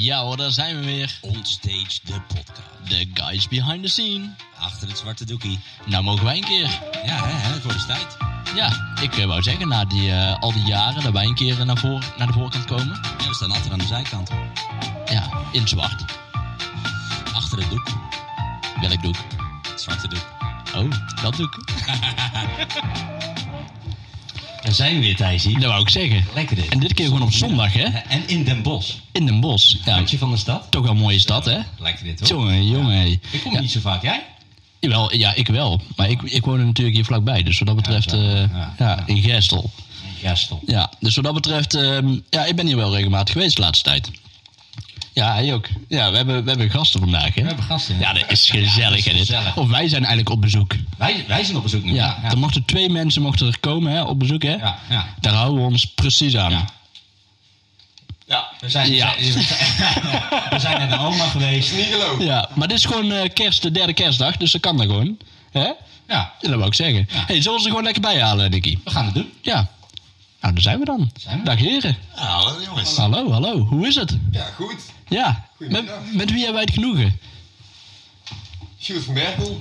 Ja hoor, daar zijn we weer. Onstage de podcast. The guys behind the scene. Achter het zwarte doekie. Nou mogen wij een keer. Ja, hè, hè, het wordt eens tijd. Ja, ik eh, wou zeggen, na die, eh, al die jaren dat wij een keer eh, naar, voor, naar de voorkant komen. Ja, we staan altijd aan de zijkant. Ja, in het zwart. Achter het doek. Welk doek? Het zwarte doek. Oh, dat doek. daar zijn we weer, Thijsie. Dat wou ik zeggen. Lekker dit. En dit keer gewoon op zondag, hè? En in Den Bosch. In Den Bosch. Ja, Handje van de stad. toch wel een mooie stad, hè? Lekker dit, hoor. Jongen, jongen. hé. Ik kom Ja, hier niet zo vaak. Jij? jawel, ja, ik wel. Maar ik, ik woon er natuurlijk hier vlakbij. Dus wat dat betreft, zo. eh, Ja. ja, in Gestel. Ja, stop. Ja, dus wat dat betreft, ehm, ja, ik ben hier wel regelmatig geweest de laatste tijd. Ja, hij ook. Ja, we hebben, we hebben gasten vandaag, hè? We hebben gasten, ja. Ja, dat is gezellig, Ja, dat is hè, dit. gezellig. Of wij zijn eigenlijk op bezoek. Wij, wij zijn op bezoek nu. Ja, er mochten twee mensen mochten er komen, hè, op bezoek, hè? ja. ja. Daar houden we ons precies aan. Ja. Ja, we zijn, Ja. we zijn, we zijn- we zijn naar de oma geweest. Niet geloven. Ja, maar dit is gewoon eh, kerst, de derde kerstdag, dus dat kan dat gewoon. Hè? Ja, Ja, dat wou ik zeggen. Ja. hey, zullen we ze er gewoon lekker bij halen, Nicky? we gaan het doen. Ja. Nou, daar zijn we dan. Zijn we. Dag heren. Ja, hallo jongens. Hallo, hallo. Hoe is het? Ja, goed. Ja. Met, Goedemiddag. met wie hebben wij het genoegen? Sjoerd van Berkel.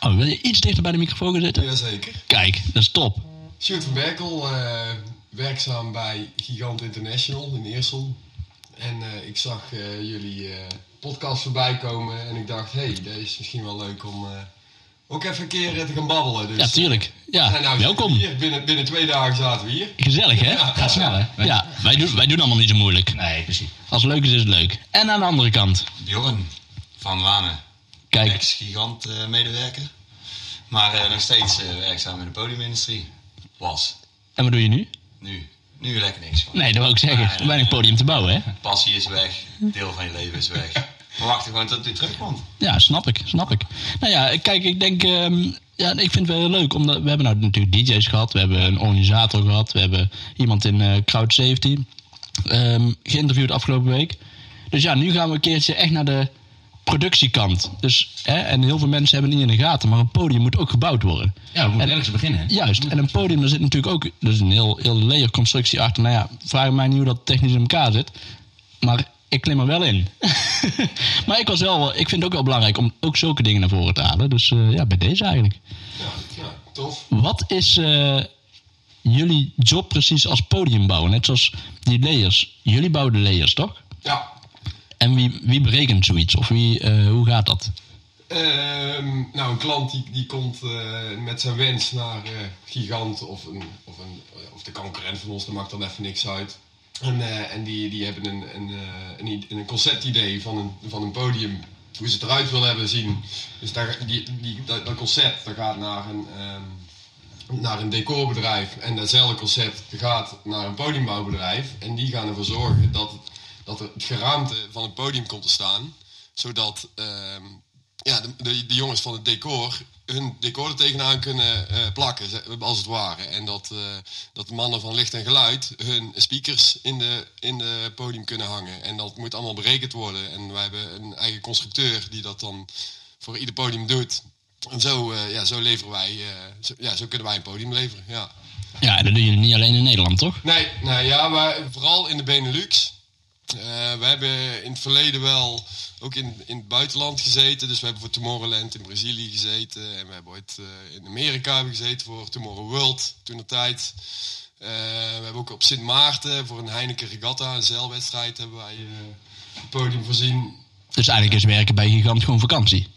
Oh, wil je iets dichter bij de microfoon gaan zitten? Jazeker. Kijk, dat is top. Sjoerd van Berkel, eh, werkzaam bij Gigant International in Eersel. En eh, ik zag eh, jullie eh, podcast voorbij komen en ik dacht, hé, hey, deze is misschien wel leuk om eh, ook even een keer eh, te gaan babbelen. Dus, Ja, tuurlijk. Ja, nou, zitten we welkom. Hier, binnen, binnen twee dagen zaten we hier. Gezellig, hè? Gaat snel, hè? Ja, wij doen, wij doen allemaal niet zo moeilijk. Nee, precies. Als het leuk is, is het leuk. En aan de andere kant. Bjorn van Wanen, Kijk, ex-gigant eh, medewerker. Maar eh, nog steeds eh, werkzaam in de podiumindustrie. Was. en wat doe je nu? Nu. Nu lekker niks. man. Nee, dat wil ik zeggen. Weinig podium te bouwen, hè? Passie is weg. Deel van je leven is weg. We wachten gewoon tot u terugkomt. Ja, snap ik, snap ik. Nou ja, kijk, ik denk... ehm, ja, ik vind het wel heel leuk. Omdat we hebben nou natuurlijk DJ's gehad. We hebben een organisator gehad. We hebben iemand in eh crowd safety. ehm, geïnterviewd afgelopen week. Dus ja, nu gaan we een keertje echt naar de productiekant. Dus, hè, en heel veel mensen hebben het niet in de gaten. Maar een podium moet ook gebouwd worden. Ja, we moeten En- ergens beginnen. hè? Juist, en een podium, daar zit natuurlijk ook dus een heel, heel layer-constructie achter. Nou ja, vraag mij niet hoe dat technisch in elkaar zit. Maar ik klim er wel in. maar ik, was wel, ik vind het ook wel belangrijk om ook zulke dingen naar voren te halen. Dus eh, ja, bij deze eigenlijk. Ja, ja tof. Wat is eh, jullie job precies als podiumbouwer? Net zoals die layers. Jullie bouwen de layers, toch? Ja, En wie, wie berekent zoiets? Of wie, eh, hoe gaat dat? Ehm, nou, een klant die, die komt eh, met zijn wens naar eh, Gigant of, een, of, een, eh, of de concurrent van ons, dat maakt dan even niks uit. En, eh, en die, die hebben een, een, eh, een, i- een conceptidee van een, van een podium, hoe ze het eruit willen hebben zien. Dus daar, die, die, dat, dat concept dat gaat naar een, ehm, naar een decorbedrijf en datzelfde concept gaat naar een podiumbouwbedrijf. En die gaan ervoor zorgen dat, het- dat er het geraamte van het podium komt te staan, zodat... ehm, ja, de, de, de jongens van het decor hun decor er tegenaan kunnen eh, plakken, ze- als het ware. En dat, eh, dat de mannen van licht en geluid hun speakers in de, in de podium kunnen hangen. En dat moet allemaal berekend worden. En wij hebben een eigen constructeur die dat dan voor ieder podium doet. En zo, eh, ja, zo leveren wij, eh, zo, ja, zo kunnen wij een podium leveren, ja. Ja, en dat doen jullie niet alleen in Nederland, toch? Nee, nou ja, maar vooral in de Benelux. Eh, we hebben in het verleden wel ook in, in het buitenland gezeten. Dus we hebben voor Tomorrowland in Brazilië gezeten. En we hebben ooit eh, in Amerika hebben gezeten voor Tomorrow World toen de tijd. Eh, we hebben ook op Sint Maarten voor een Heineken Regatta, een zeilwedstrijd, hebben wij eh, het podium voorzien. Dus eigenlijk is werken bij Gigant gewoon vakantie.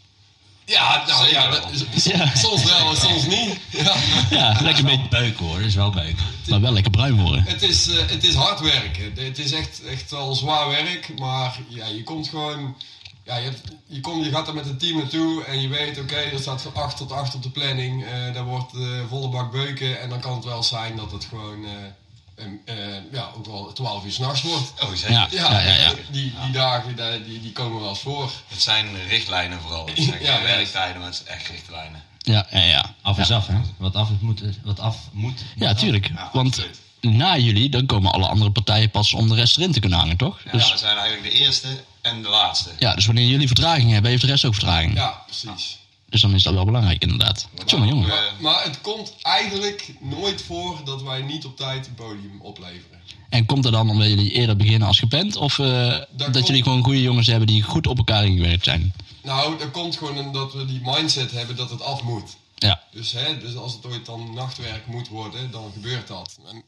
Ja, nou ja, dat is- Ja. soms wel en soms niet. Ja. Ja, lekker Dat beetje, is wel beuk hoor, dat is wel beuk. maar wel lekker bruin worden. Het is, eh, het is hard werken. Het is echt, echt wel zwaar werk. Maar ja, je komt gewoon. Ja, je, hebt, je, komt, je gaat er met een team naartoe en je weet, oké, er staat van 8 tot 8 op de planning. Eh, daar wordt eh, volle bak beuken. En dan kan het wel zijn dat het gewoon eh, em, eh, ja, ook wel 12 uur s'nachts wordt. eh, Oh, zeker. Ja, ja, ja. ja. Die, die dagen daar- die, die komen wel eens voor. Het zijn richtlijnen vooral. Het zijn Ja, geen ja. werktijden, maar het is echt richtlijnen. Ja, ja, ja. Af is ja. af, hè? Wat af moet, is- wat af moet. Ja, tuurlijk. Ja, Want absoluut. na jullie, dan komen alle andere partijen pas om de rest erin te kunnen hangen, toch? Ja, Dus, we zijn eigenlijk de eerste en de laatste. ja, dus wanneer jullie vertraging hebben, heeft de rest ook vertraging. Ja, precies. Dus dan is dat wel belangrijk, inderdaad. Jongen, jongen. Eh, Maar, maar het komt eigenlijk nooit voor dat wij niet op tijd een podium opleveren. En komt dat dan omdat jullie eerder beginnen als gepland? Of eh, dat, komt- jullie gewoon goede jongens hebben die goed op elkaar ingewerkt zijn? Nou, dat komt gewoon omdat we die mindset hebben dat het af moet. Ja. Dus, hè, dus als het ooit dan nachtwerk moet worden, dan gebeurt dat. En,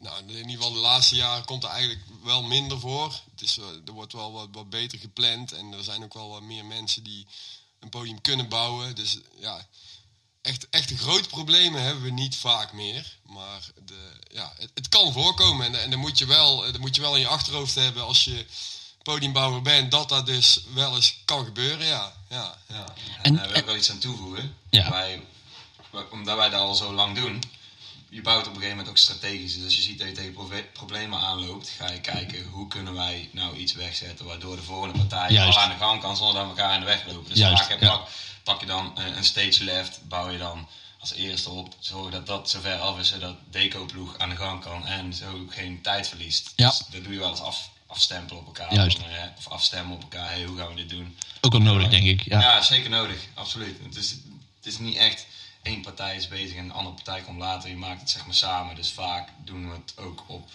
nou, in ieder geval de laatste jaren komt er eigenlijk wel minder voor. Het is, eh, er wordt wel wat, wat beter gepland en er zijn ook wel wat meer mensen die een podium kunnen bouwen. Dus ja, echt, echt grote problemen hebben we niet vaak meer. Maar de, ja, het, het kan voorkomen en, en dan, moet je wel, eh, dan moet je wel in je achterhoofd hebben als je podiumbouwer bent, dat dat dus wel eens kan gebeuren, ja. ja, ja. En- En daar wil ik wel iets aan toevoegen. Ja. Wij, wij- omdat wij dat al zo lang doen, je bouwt op een gegeven moment ook strategisch. Dus als je ziet dat je tegen proble- problemen aanloopt, ga je kijken hoe kunnen wij nou iets wegzetten waardoor de volgende partij Juist. al aan de gang kan zonder dat we elkaar in de weg lopen. Dus Juist, vaak heb- ja. pak, pak je dan eh, een stage left, bouw je dan als eerste op, zorg dat dat zover af is zodat deco-ploeg aan de gang kan en zo geen tijd verliest. Ja. Dus dat doe je wel eens af, afstempelen op elkaar. Juist. Van, eh, Of afstemmen op elkaar, hey, hoe gaan we dit doen? Ook wel nodig, denk ik. Ja. Ja. zeker nodig, absoluut. Het is, het is niet echt één partij is bezig en de andere partij komt later. Je maakt het zeg maar samen. Dus vaak doen we het ook op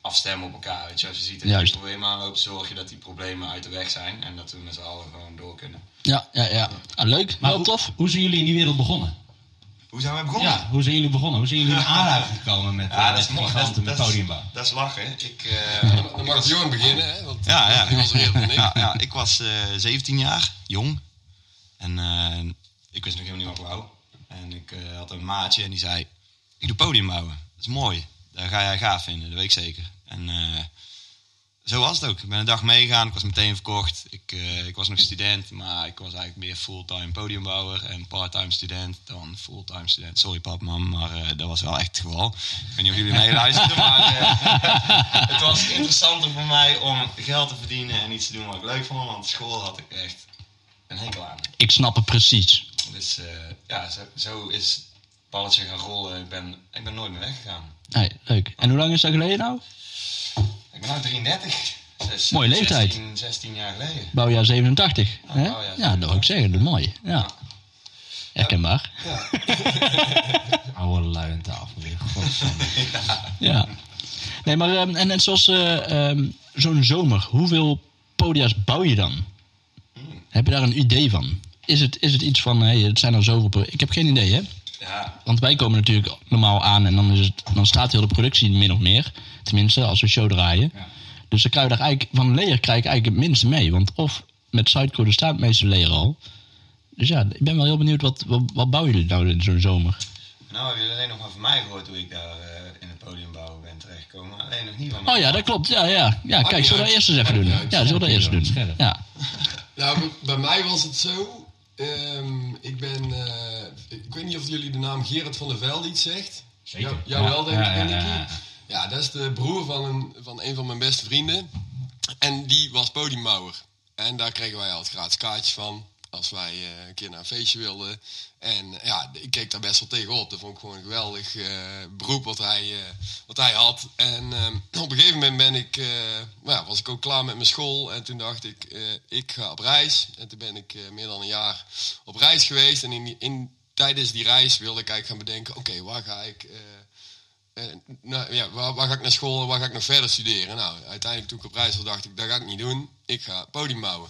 afstemmen op elkaar. Weet je, als je ziet dat je Juist. een probleem aanloopt, zorg je dat die problemen uit de weg zijn en dat we met z'n allen gewoon door kunnen. Ja, ja, ja. Ah, leuk, Maar wel hoe- tof. Hoe zijn jullie in die wereld begonnen? Hoe zijn wij begonnen? Ja, hoe zijn jullie begonnen? Hoe zijn jullie in aanraking gekomen met Ja, eh, dat is mooi. Dat, giganten met dat is- podiumbouw? dat is lachen. Ik, eh, Dan mag Bjorn beginnen, hè? Want Ja, ja. die was er eerder dan ik. Ja, ja, ik was eh, 17 jaar, jong. En eh, ik wist nog helemaal niet wat ik wou. En ik eh, had een maatje en die zei, ik doe podium bouwen. Dat is mooi. Daar ga jij gaaf vinden, dat weet ik zeker. En eh, zo was het ook. Ik ben een dag meegegaan, ik was meteen verkocht. Ik, eh, ik was nog student, maar ik was eigenlijk meer fulltime podiumbouwer en parttime student dan fulltime student. Sorry pap, mam, maar eh, dat was wel echt het geval. Ik weet niet of jullie meeluisteren, maar eh, het was interessanter voor mij om geld te verdienen en iets te doen wat ik leuk vond, want school had ik echt een hekel aan. Ik snap het precies. Dus eh, ja, zo, zo is het balletje gaan rollen. Ik ben, ik ben nooit meer weggegaan. Hey, leuk. En hoe lang is dat geleden nou? Ik ben nu 33. Zes- Mooie leeftijd. 16, 16 jaar geleden. Bouwjaar 87. hè? bouwjaar ja, dat wil ik 87. zeggen. Dat is mooi. Oh, Ja. Herkenbaar. Oude lui aan tafel weer. Godsamme. Ja. Nee, maar ehm, en, en zoals eh, ehm, zo'n zomer, hoeveel podia's bouw je dan? Heb je daar een idee van? Is het, is het iets van, hey, het zijn er zoveel... pro- Ik heb geen idee, hè? Ja, Want wij komen natuurlijk normaal aan en dan, is het, dan staat heel de productie min of meer. Tenminste, als we show draaien. Dus dan krijg je daar eigenlijk, van leer krijg ik eigenlijk het minste mee. Want of met Sidecore staat het meeste leer al. Dus ja, ik ben wel heel benieuwd, wat, wat, wat bouwen jullie nou in zo'n zomer? nou heb je alleen nog maar van mij gehoord hoe ik daar eh, in het podiumbouwen ben terechtgekomen. Alleen nog niet van Oh ja, dat klopt. Ja, ja. ja kijk, zullen we dat eerst eens even doen? Ja, zullen we dat eerst doen? Scherp. Ja. Nou, bij- bij mij was het zo. ehm, ik ben. eh, ik weet niet of jullie de naam Gerard van der Velde iets zegt. Zeker. Jou, jou Ja, wel, denk ik. ja, ja, Nicky? ja, ja. Ja, dat is de broer van een, van een van mijn beste vrienden. En die was podiumbouwer. En daar kregen wij al het gratis kaartje van. Als wij eh, een keer naar een feestje wilden. En ja, ik keek daar best wel tegenop. Dat vond ik gewoon een geweldig eh, beroep wat hij, eh, wat hij had. En ehm, op een gegeven moment ben ik, eh, nou, ja, was ik ook klaar met mijn school. En toen dacht ik, eh, ik ga op reis. En toen ben ik eh, meer dan een jaar op reis geweest. En in, die- in, tijdens die reis wilde ik eigenlijk gaan bedenken... Oké, waar ga ik... eh, eh, nou, ja, waar, waar ga ik naar school en waar ga ik nog verder studeren? Nou, uiteindelijk toen ik op reis was, dacht ik, dat ga ik niet doen. Ik ga podium bouwen.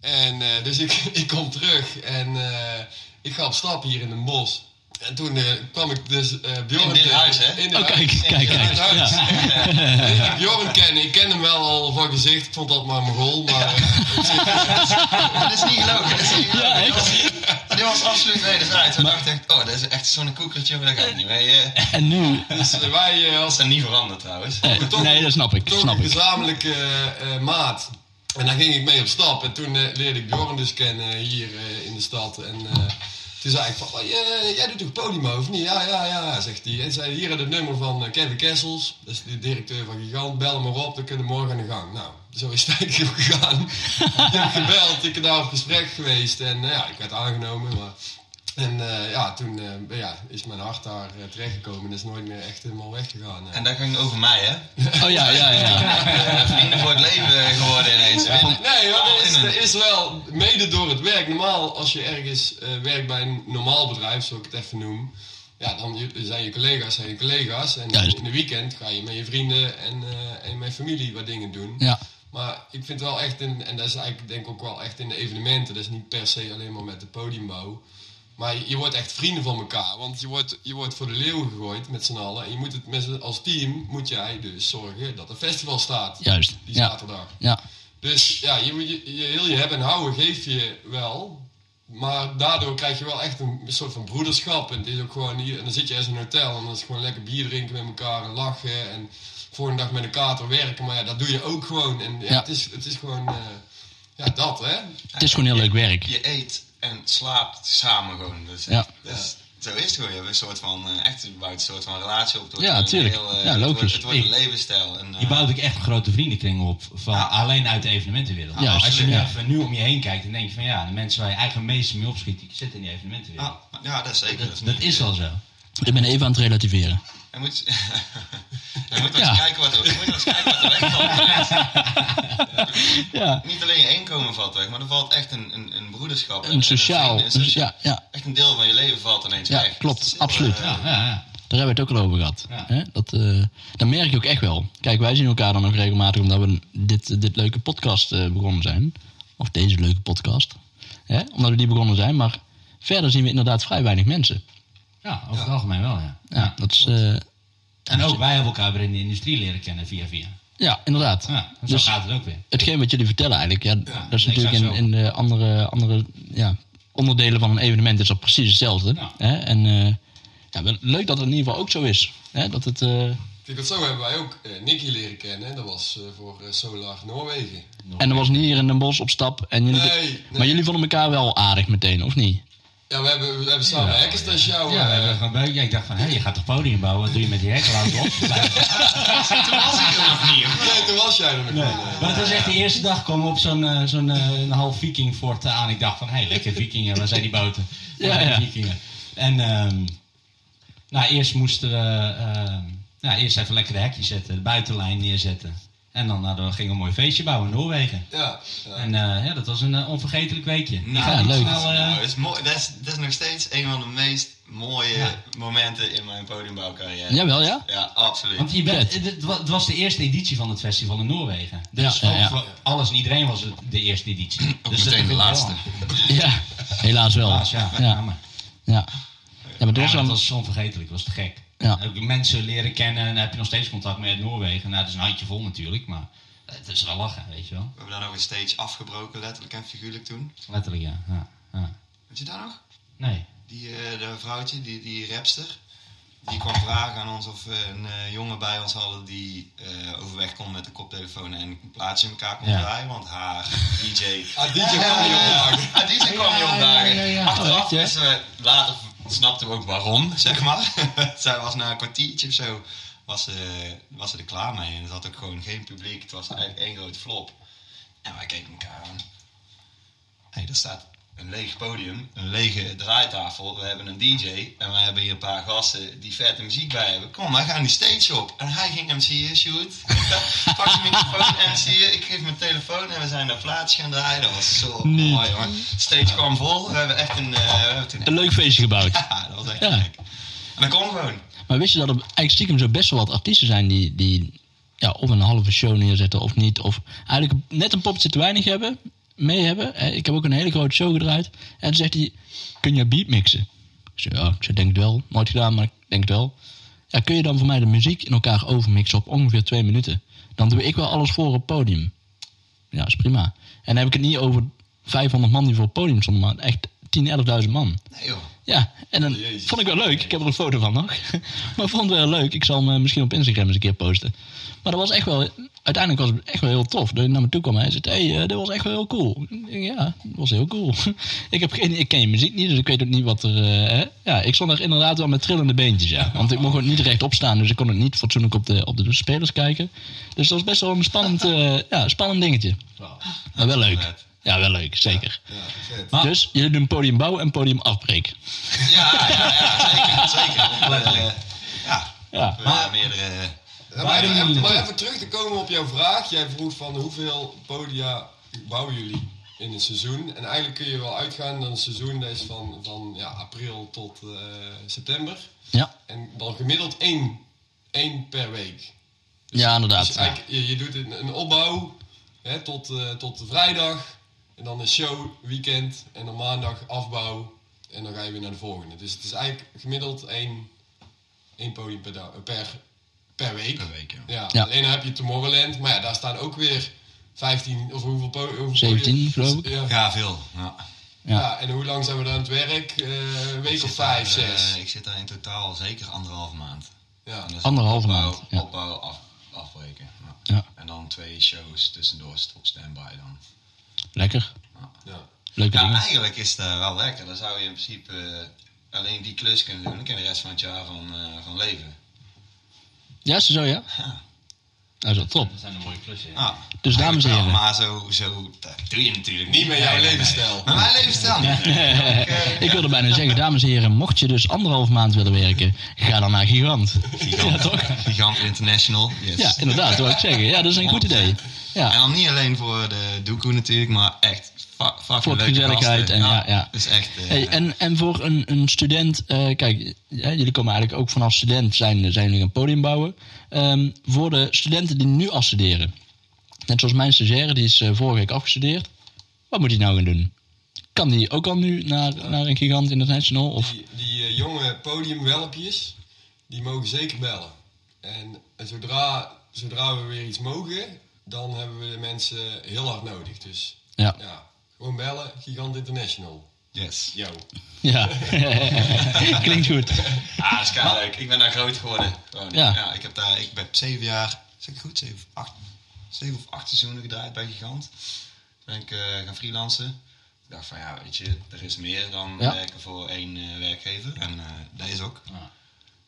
En eh, dus ik, ik kom terug en eh, ik ga op stap hier in een bos. En toen eh, kwam ik dus eh Bjorn In dit tegen. huis, hè? In dit Oh, kijk, huis. kijk, In dit kijk. huis. Dus Ja. Ik Bjorn ken, ik ken hem wel al van gezicht. Ik vond dat maar een goal, maar... eh, Dat is niet gelogen. Dat is niet gelogen. Ja, Dit was- Dit was absoluut nee, dat is uit. We dachten echt, oh, dat is echt zo'n koekertje, maar dat gaat niet mee. eh. En nu... dus eh, wij eh, als Dat is niet veranderd trouwens. eh, nee, dat snap ik. toch Snap een ik. gezamenlijke eh, eh, maat. En daar ging ik mee op stap. En toen eh, leerde ik Bjorn dus kennen hier eh, in de stad. En eh, toen zei ik van, "Oh, jij- jij doet toch podium of niet? Ja, ja, ja, zegt hij. En zei, hier had het nummer van eh, Kevin Kessels. Dat is de directeur van Gigant. Bel hem maar op, dan kunnen we morgen aan de gang. Nou, zo is het eigenlijk gegaan. ik heb gebeld, ik ben daar op gesprek geweest. En nou ja, ik werd aangenomen, maar... En eh, ja, toen eh, ja, is mijn hart daar eh, terechtgekomen en is nooit meer echt helemaal weggegaan. eh. En dat ging over mij, hè? Oh ja, ja, ja. Eh, vrienden voor het leven geworden ineens. Nee, hoor, dat is, in dat een- is wel mede door het werk. Normaal, als je ergens eh, werkt bij een normaal bedrijf, zoals ik het even noem. ja, dan je- zijn je collega's zijn je collega's. En Juist. in de weekend ga je met je vrienden en, eh, en met familie wat dingen doen. Ja, Maar ik vind wel echt, in, en dat is eigenlijk denk ik ook wel echt in de evenementen, dat is niet per se alleen maar met de podiumbouw. Maar je, je wordt echt vrienden van elkaar, want je wordt, je wordt voor de leeuw gegooid met z'n allen. En je moet het met z'n- als team moet jij dus zorgen dat er festival staat juist. die Ja, zaterdag. ja. Dus ja, je, moet je, je, heel je hebben en houden geef je wel. Maar daardoor krijg je wel echt een soort van broederschap. En, het is ook gewoon hier, en dan zit je eens in een hotel en dan is het gewoon lekker bier drinken met elkaar en lachen. En volgende dag met een kater werken. Maar ja, dat doe je ook gewoon. En ja, Ja. Het, is, het is gewoon eh, ja, dat, hè? Het is gewoon heel leuk werk. Je eet en slaapt samen gewoon. Dus, Ja. dus zo is het gewoon. Je hebt een soort van, eh, echt, je bouwt een soort van relatie op. Het wordt Ja, een tuurlijk. heel, eh, Ja, Het wordt, logisch. het wordt een Ik- levensstijl. En, eh, Je bouwt ook echt een grote vriendenkring op, van Ja. alleen uit de evenementenwereld. Ja, Als je nu, absoluut. even nu om je heen kijkt, dan denk je van ja, de mensen waar je eigen meest mee opschiet, die zitten in die evenementenwereld. ah, ja, dat is zeker. dat, dat niet- eh, is wel zo. Ik ben even aan het relativeren. Je moet, je moet wel Ja. eens kijken wat er, je moet wel eens kijken wat er wegvalt. Ja. Niet alleen je inkomen valt weg, maar er valt echt een, een, een broederschap. en- en Een sociaal. vrienden- een een- sociaal- Ja, ja, Echt een deel van je leven valt ineens Ja, weg. klopt. Het is heel, Absoluut. eh, Ja, ja, ja. daar hebben we het ook al over gehad. Ja. Hè? Dat, eh, dat merk je ook echt wel. Kijk, wij zien elkaar dan ook regelmatig omdat we dit, dit leuke podcast eh, begonnen zijn. Of deze leuke podcast. Hè? Omdat we die begonnen zijn. Maar verder zien we inderdaad vrij weinig mensen. ja over het algemeen wel, ja. Dus Ja, dat is, eh, En ook wij hebben elkaar weer in de industrie leren kennen via via. ja inderdaad. Ja, zo Dus- gaat het ook weer. hetgeen wat jullie vertellen eigenlijk, ja, dat is exact natuurlijk in, zo. in de andere, andere ja, onderdelen van een evenement is dat precies hetzelfde. Ja. Hè? En eh, ja, wel leuk dat het in ieder geval ook zo is. Hè? Dat het, eh, Kijk, dat zo hebben wij ook eh, Nicky leren kennen. Dat was eh, voor eh, Solar Noorwegen. en er was niet hier in Den Bosch op stap. En jullie, Nee, nee. Maar jullie vonden elkaar wel aardig meteen, of niet? Ja, we hebben, we hebben samen hekkers, dat is jouw... Ja, we eh, hebben gewoon beu- ja, ik dacht van, hé, je gaat toch podium bouwen? Wat doe je met die hekken? Laat het op. nee, toen was jij er nog niet. Nee, Maar het was echt de eerste dag kwam op zo'n eh, zo'n eh, een half viking fort aan. Ik dacht van, hé, lekker vikingen, waar zijn die boten? Waar Ja, zijn die ja. vikingen? En ehm, nou, eerst moesten we ehm, nou, eerst even lekker de hekje zetten, de buitenlijn neerzetten. En dan, nou, dan ging een mooi feestje bouwen in Noorwegen. Ja, ja. En eh, ja, dat was een eh, onvergetelijk weekje. Die Nou, gaat niet leuk. snel, eh, Nou, dat, is mooi. Dat, is, dat is nog steeds een van de meest mooie momenten in mijn podiumbouwcarrière. Jawel, ja? Ja, absoluut. Want je bent, het, het wa- het was de eerste editie van het festival in Noorwegen. Dus Ja, ja, ja. ook voor alles en iedereen was het de eerste editie. Ook dus dat meteen de vind ik laatste. wel. Ja, helaas wel. Helaas, ja. ja. Jammer. ja. Ja, maar dat Ja, was maar dan- het was onvergetelijk, het was te gek. Ja. Ook mensen leren kennen en daar heb je nog steeds contact mee uit Noorwegen. Nou, het is een handje vol natuurlijk, maar het is wel lachen, weet je wel. We hebben daar nog een stage afgebroken, letterlijk en figuurlijk toen. Letterlijk, ja. ja. ja. Weet je daar nog? Nee. Die eh, de vrouwtje, die, die rapster, die kwam vragen aan ons of we een eh, jongen bij ons hadden die eh, overweg kon met de koptelefoon en een plaatje in elkaar kon Ja. draaien, want haar DJ Ah, DJ kwam niet opdagen. Ah, die zijn kwam niet opdagen. ja, ja, ja. Achteraf, Oh, echt, hè? dus, eh, later snapten we ook waarom, zeg maar. Zij was na een kwartiertje of zo, was ze, was ze er klaar mee. En het had ook gewoon geen publiek. Het was eigenlijk één groot flop. En wij keken elkaar aan. Hé, hey, daar staat een leeg podium, een lege draaitafel. We hebben een DJ en we hebben hier een paar gasten die vette muziek bij hebben. Kom, wij gaan die stage op. En hij ging MC'en, shoot. Pak zijn microfoon, MC'en. Ik geef mijn telefoon en we zijn daar plaats gaan draaien. Dat was zo mooi, jongen. Stage kwam vol. We hebben echt een... eh, we hebben toen Een leuk feestje gebouwd. ja, dat was echt Ja. gek. En dat kon gewoon. Maar wist je dat er eigenlijk stiekem zo best wel wat artiesten zijn die, die ja, of een halve show neerzetten of niet. Of eigenlijk net een poppetje te weinig hebben, mee hebben. Eh, Ik heb ook een hele grote show gedraaid. En toen zegt hij, kun je beat mixen? Ik zei, ja, ik zei, denk het wel. Nooit gedaan, maar ik denk het wel. Ja, kun je dan voor mij de muziek in elkaar overmixen op ongeveer twee minuten? Dan doe ik wel alles voor op het podium. Ja, is prima. En dan heb ik het niet over 500 man die voor het podium stonden, maar echt 10, 11.000 man. Nee joh. Ja, en dan Jezus. vond ik wel leuk. Ik heb er een foto van nog. maar vond het wel leuk. Ik zal hem eh, misschien op Instagram eens een keer posten. Maar dat was echt wel... Uiteindelijk was het echt wel heel tof. Dat hij naar me toe kwam en hij zei... Hé, hey, eh, dat was echt wel heel cool. Ik denk, Ja, dat was heel cool. ik, heb geen, ik ken je muziek niet, dus ik weet ook niet wat er... eh, hè. Ja, ik stond er inderdaad wel met trillende beentjes, ja. Want ik mocht ook niet rechtop staan, dus ik kon ook niet fatsoenlijk op de, op de spelers kijken. Dus dat was best wel een spannend, eh, ja, spannend dingetje. Maar wel leuk. Ja, wel leuk, zeker. Ja, vet. Ah. Dus jullie doen podium bouwen en podium afbreken. Ja, ja, ja, zeker, zeker. Want, eh, ja, Ja. we hebben meerdere... eh, Ja, Waar maar, doen even, jullie even- maar naartoe? even terug te komen op jouw vraag. Jij vroeg van hoeveel podia bouwen jullie? in een seizoen. En eigenlijk kun je wel uitgaan dan een seizoen dat is van, van ja, april tot eh, september. Ja, En dan gemiddeld één, één per week. ja Dus inderdaad. Ja. eigenlijk, je, je doet een, een opbouw hè, tot, eh, tot de vrijdag. En dan een show, weekend. En dan maandag afbouw. En dan ga je weer naar de volgende. Dus het is eigenlijk gemiddeld één, één podium per, dag- eh, per, per week. Per week, ja. Ja, Ja. alleen dan heb je Tomorrowland. Maar ja, daar staan ook weer 15 of hoeveel, po- hoeveel 17 podiums? geloof ik. Ja. Ja. Ja, veel. Ja. en hoe lang zijn we daar aan het werk? Eh, een Ik week of zit vijf, daar, eh, zes. ik zit daar in totaal zeker anderhalve maand. Ja. En dat is Anderhalve opbouw- maand, ja. Opbouw, af, afbreken. Ja. Ja. En dan twee shows tussendoor st- op standby dan. Lekker. Ja. Leuke Ja, dingen. eigenlijk is dat wel lekker. Dan zou je in principe eh, alleen die klus kunnen doen. Dan kan je de rest van het jaar van, eh, van leven. Ja, is het zo ja. Ja. Dat is wel top. Dat zijn de mooie klussen. Ja. Ah, Dus dames en eigenlijk wel, heren. Maar zo, zo dat doe je natuurlijk niet. Niet met jouw levensstijl. Maar mijn levensstijl niet. Ik wilde bijna zeggen, dames en heren, mocht je dus anderhalf maand willen werken, ga dan naar Gigant. Gigant, Gigant International. Yes. Ja, inderdaad, dat wil ik zeggen. Ja, dat is een goed idee. En Ja, dan niet alleen voor de doekoe natuurlijk, maar echt fa- fucking Voor de leuke gezelligheid gasten. en ja, ja. Dus echt... eh, hey, en, en voor een, een student, eh, kijk, hè, jullie komen eigenlijk ook vanaf student, zijn, zijn jullie een podium bouwen. Ehm, voor de studenten die nu afstuderen, net zoals mijn stagiaire, die is eh, vorige week afgestudeerd, wat moet hij nou gaan doen? Kan die ook al nu naar, naar een Gigant International? Of, Die, die eh, jonge podiumwelpjes, die mogen zeker bellen. En, en zodra, zodra we weer iets mogen, dan hebben we de mensen heel hard nodig. Dus ja, ja, gewoon bellen, Gigant International. Yes. Yo. ja. klinkt goed. Ah, dat is kei leuk. Ik ben daar groot geworden. Gewoon. Ja. Ja. ik heb daar, ik ben zeven jaar, zeg ik goed, zeven of acht, zeven of acht seizoenen gedraaid bij Gigant. Toen ben ik eh, gaan freelancen. Ik dacht van ja, weet je, er is meer dan Ja. werken voor één eh, werkgever. En eh, dat is ook. Ja.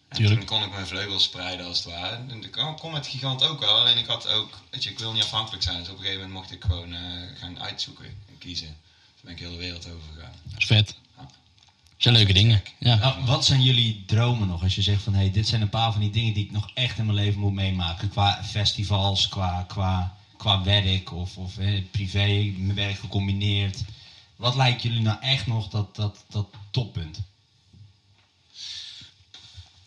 En Tuurlijk. toen kon ik mijn vleugels spreiden als het ware. En ik kon, kon met Gigant ook wel. Alleen ik had ook, weet je, ik wil niet afhankelijk zijn. Dus op een gegeven moment mocht ik gewoon eh, gaan uitzoeken en kiezen. Toen ben ik heel de wereld over gegaan. Dat is vet. Dat zijn leuke dingen. Ja. Nou, wat zijn jullie dromen nog? Als je zegt van, hey, dit zijn een paar van die dingen die ik nog echt in mijn leven moet meemaken. Qua festivals, qua, qua, qua werk of, of hè, privé, mijn werk gecombineerd. Wat lijkt jullie nou echt nog dat, dat, dat toppunt?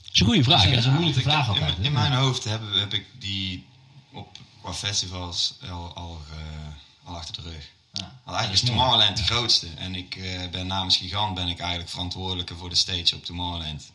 Dat is een goede vraag, Dat hè? is een moeilijke Want ik- vraag in, altijd. mijn- hè? in mijn hoofd heb, heb ik die op, qua festivals al, al, ge- al achter de rug. Ja. Want eigenlijk is Tomorrowland de grootste. En ik eh, ben namens Gigant ben ik eigenlijk verantwoordelijke voor de stage op Tomorrowland.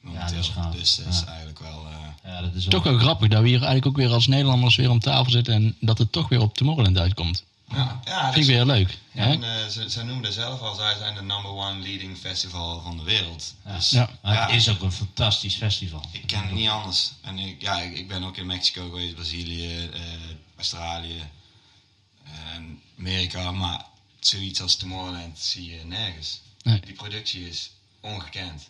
Momenteel. dat is gaaf. dus dat is Ja. eigenlijk wel... eh, Ja, dat is wel- Toch wel grappig dat we hier eigenlijk ook weer als Nederlanders weer om tafel zitten en dat het toch weer op Tomorrowland uitkomt. ja, ja, dat Vind ik is- weer leuk. Hè? en, eh, ze, ze noemen dat zelf al, zij zijn de number one leading festival van de wereld. Ja. Dus Ja. Maar het Ja. is ook een fantastisch festival. ik ken het niet anders. En ik, ja, ik, ik ben ook in Mexico geweest, Brazilië, eh, Australië, eh, Amerika. Maar zoiets als Tomorrowland zie je nergens. Nee. Die productie is ongekend.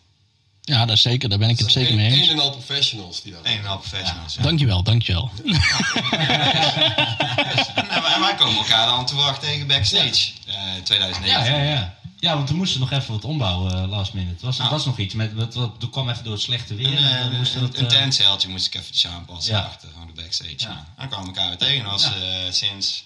Ja, dat is zeker. Daar ben ik het zeker mee Een eens. en al professionals die dat Een en al professionals. Ja. Dankjewel, dankjewel. En, eh, en wij komen elkaar dan toevallig tegen backstage eh 2009. Ja, ja, ja. Ja, want toen moesten we nog even wat ombouwen eh, last minute. Het was, het Ja. was nog iets. Met, met, wat, toen kwam even door het slechte weer. Nou. Een, en eh, dan een, moesten we dat, een eh, tentzeiltje moest ik even de aanpassen Ja. achter van de backstage. Ja. Ja. Dan kwamen we elkaar weer tegen. Dat was Ja. eh, sinds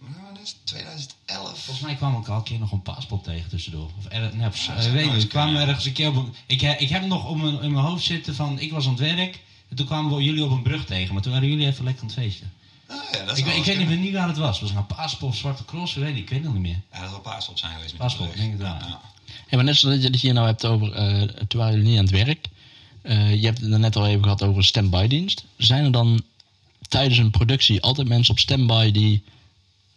nou, dat is 2011 Volgens mij kwam ik al een keer nog een paaspop tegen tussendoor. Of er, nee, Ja, eh, dat weet ik zou niet. eens We kwamen kunnen, ja. ergens een keer op een- ik, he- ik heb nog op mijn, in mijn hoofd zitten van... Ik was aan het werk. En toen kwamen we jullie op een brug tegen. Maar toen waren jullie even lekker aan het feesten. Ah, ja, dat is Ik, wel weet- ik eens weet niet kunnen. meer niet waar het was. Was het nou paaspop, zwarte cross? Ik weet, niet, ik weet het niet meer. Ja, dat zal Paaspop zijn geweest. met Paaspop, de brug. denk ik wel. Ja. Ja, maar net zoals dat je het hier nou hebt over, eh, toen waren jullie niet aan het werk. Eh, je hebt het er net al even gehad over standby dienst. Zijn er dan tijdens een productie altijd mensen op standby die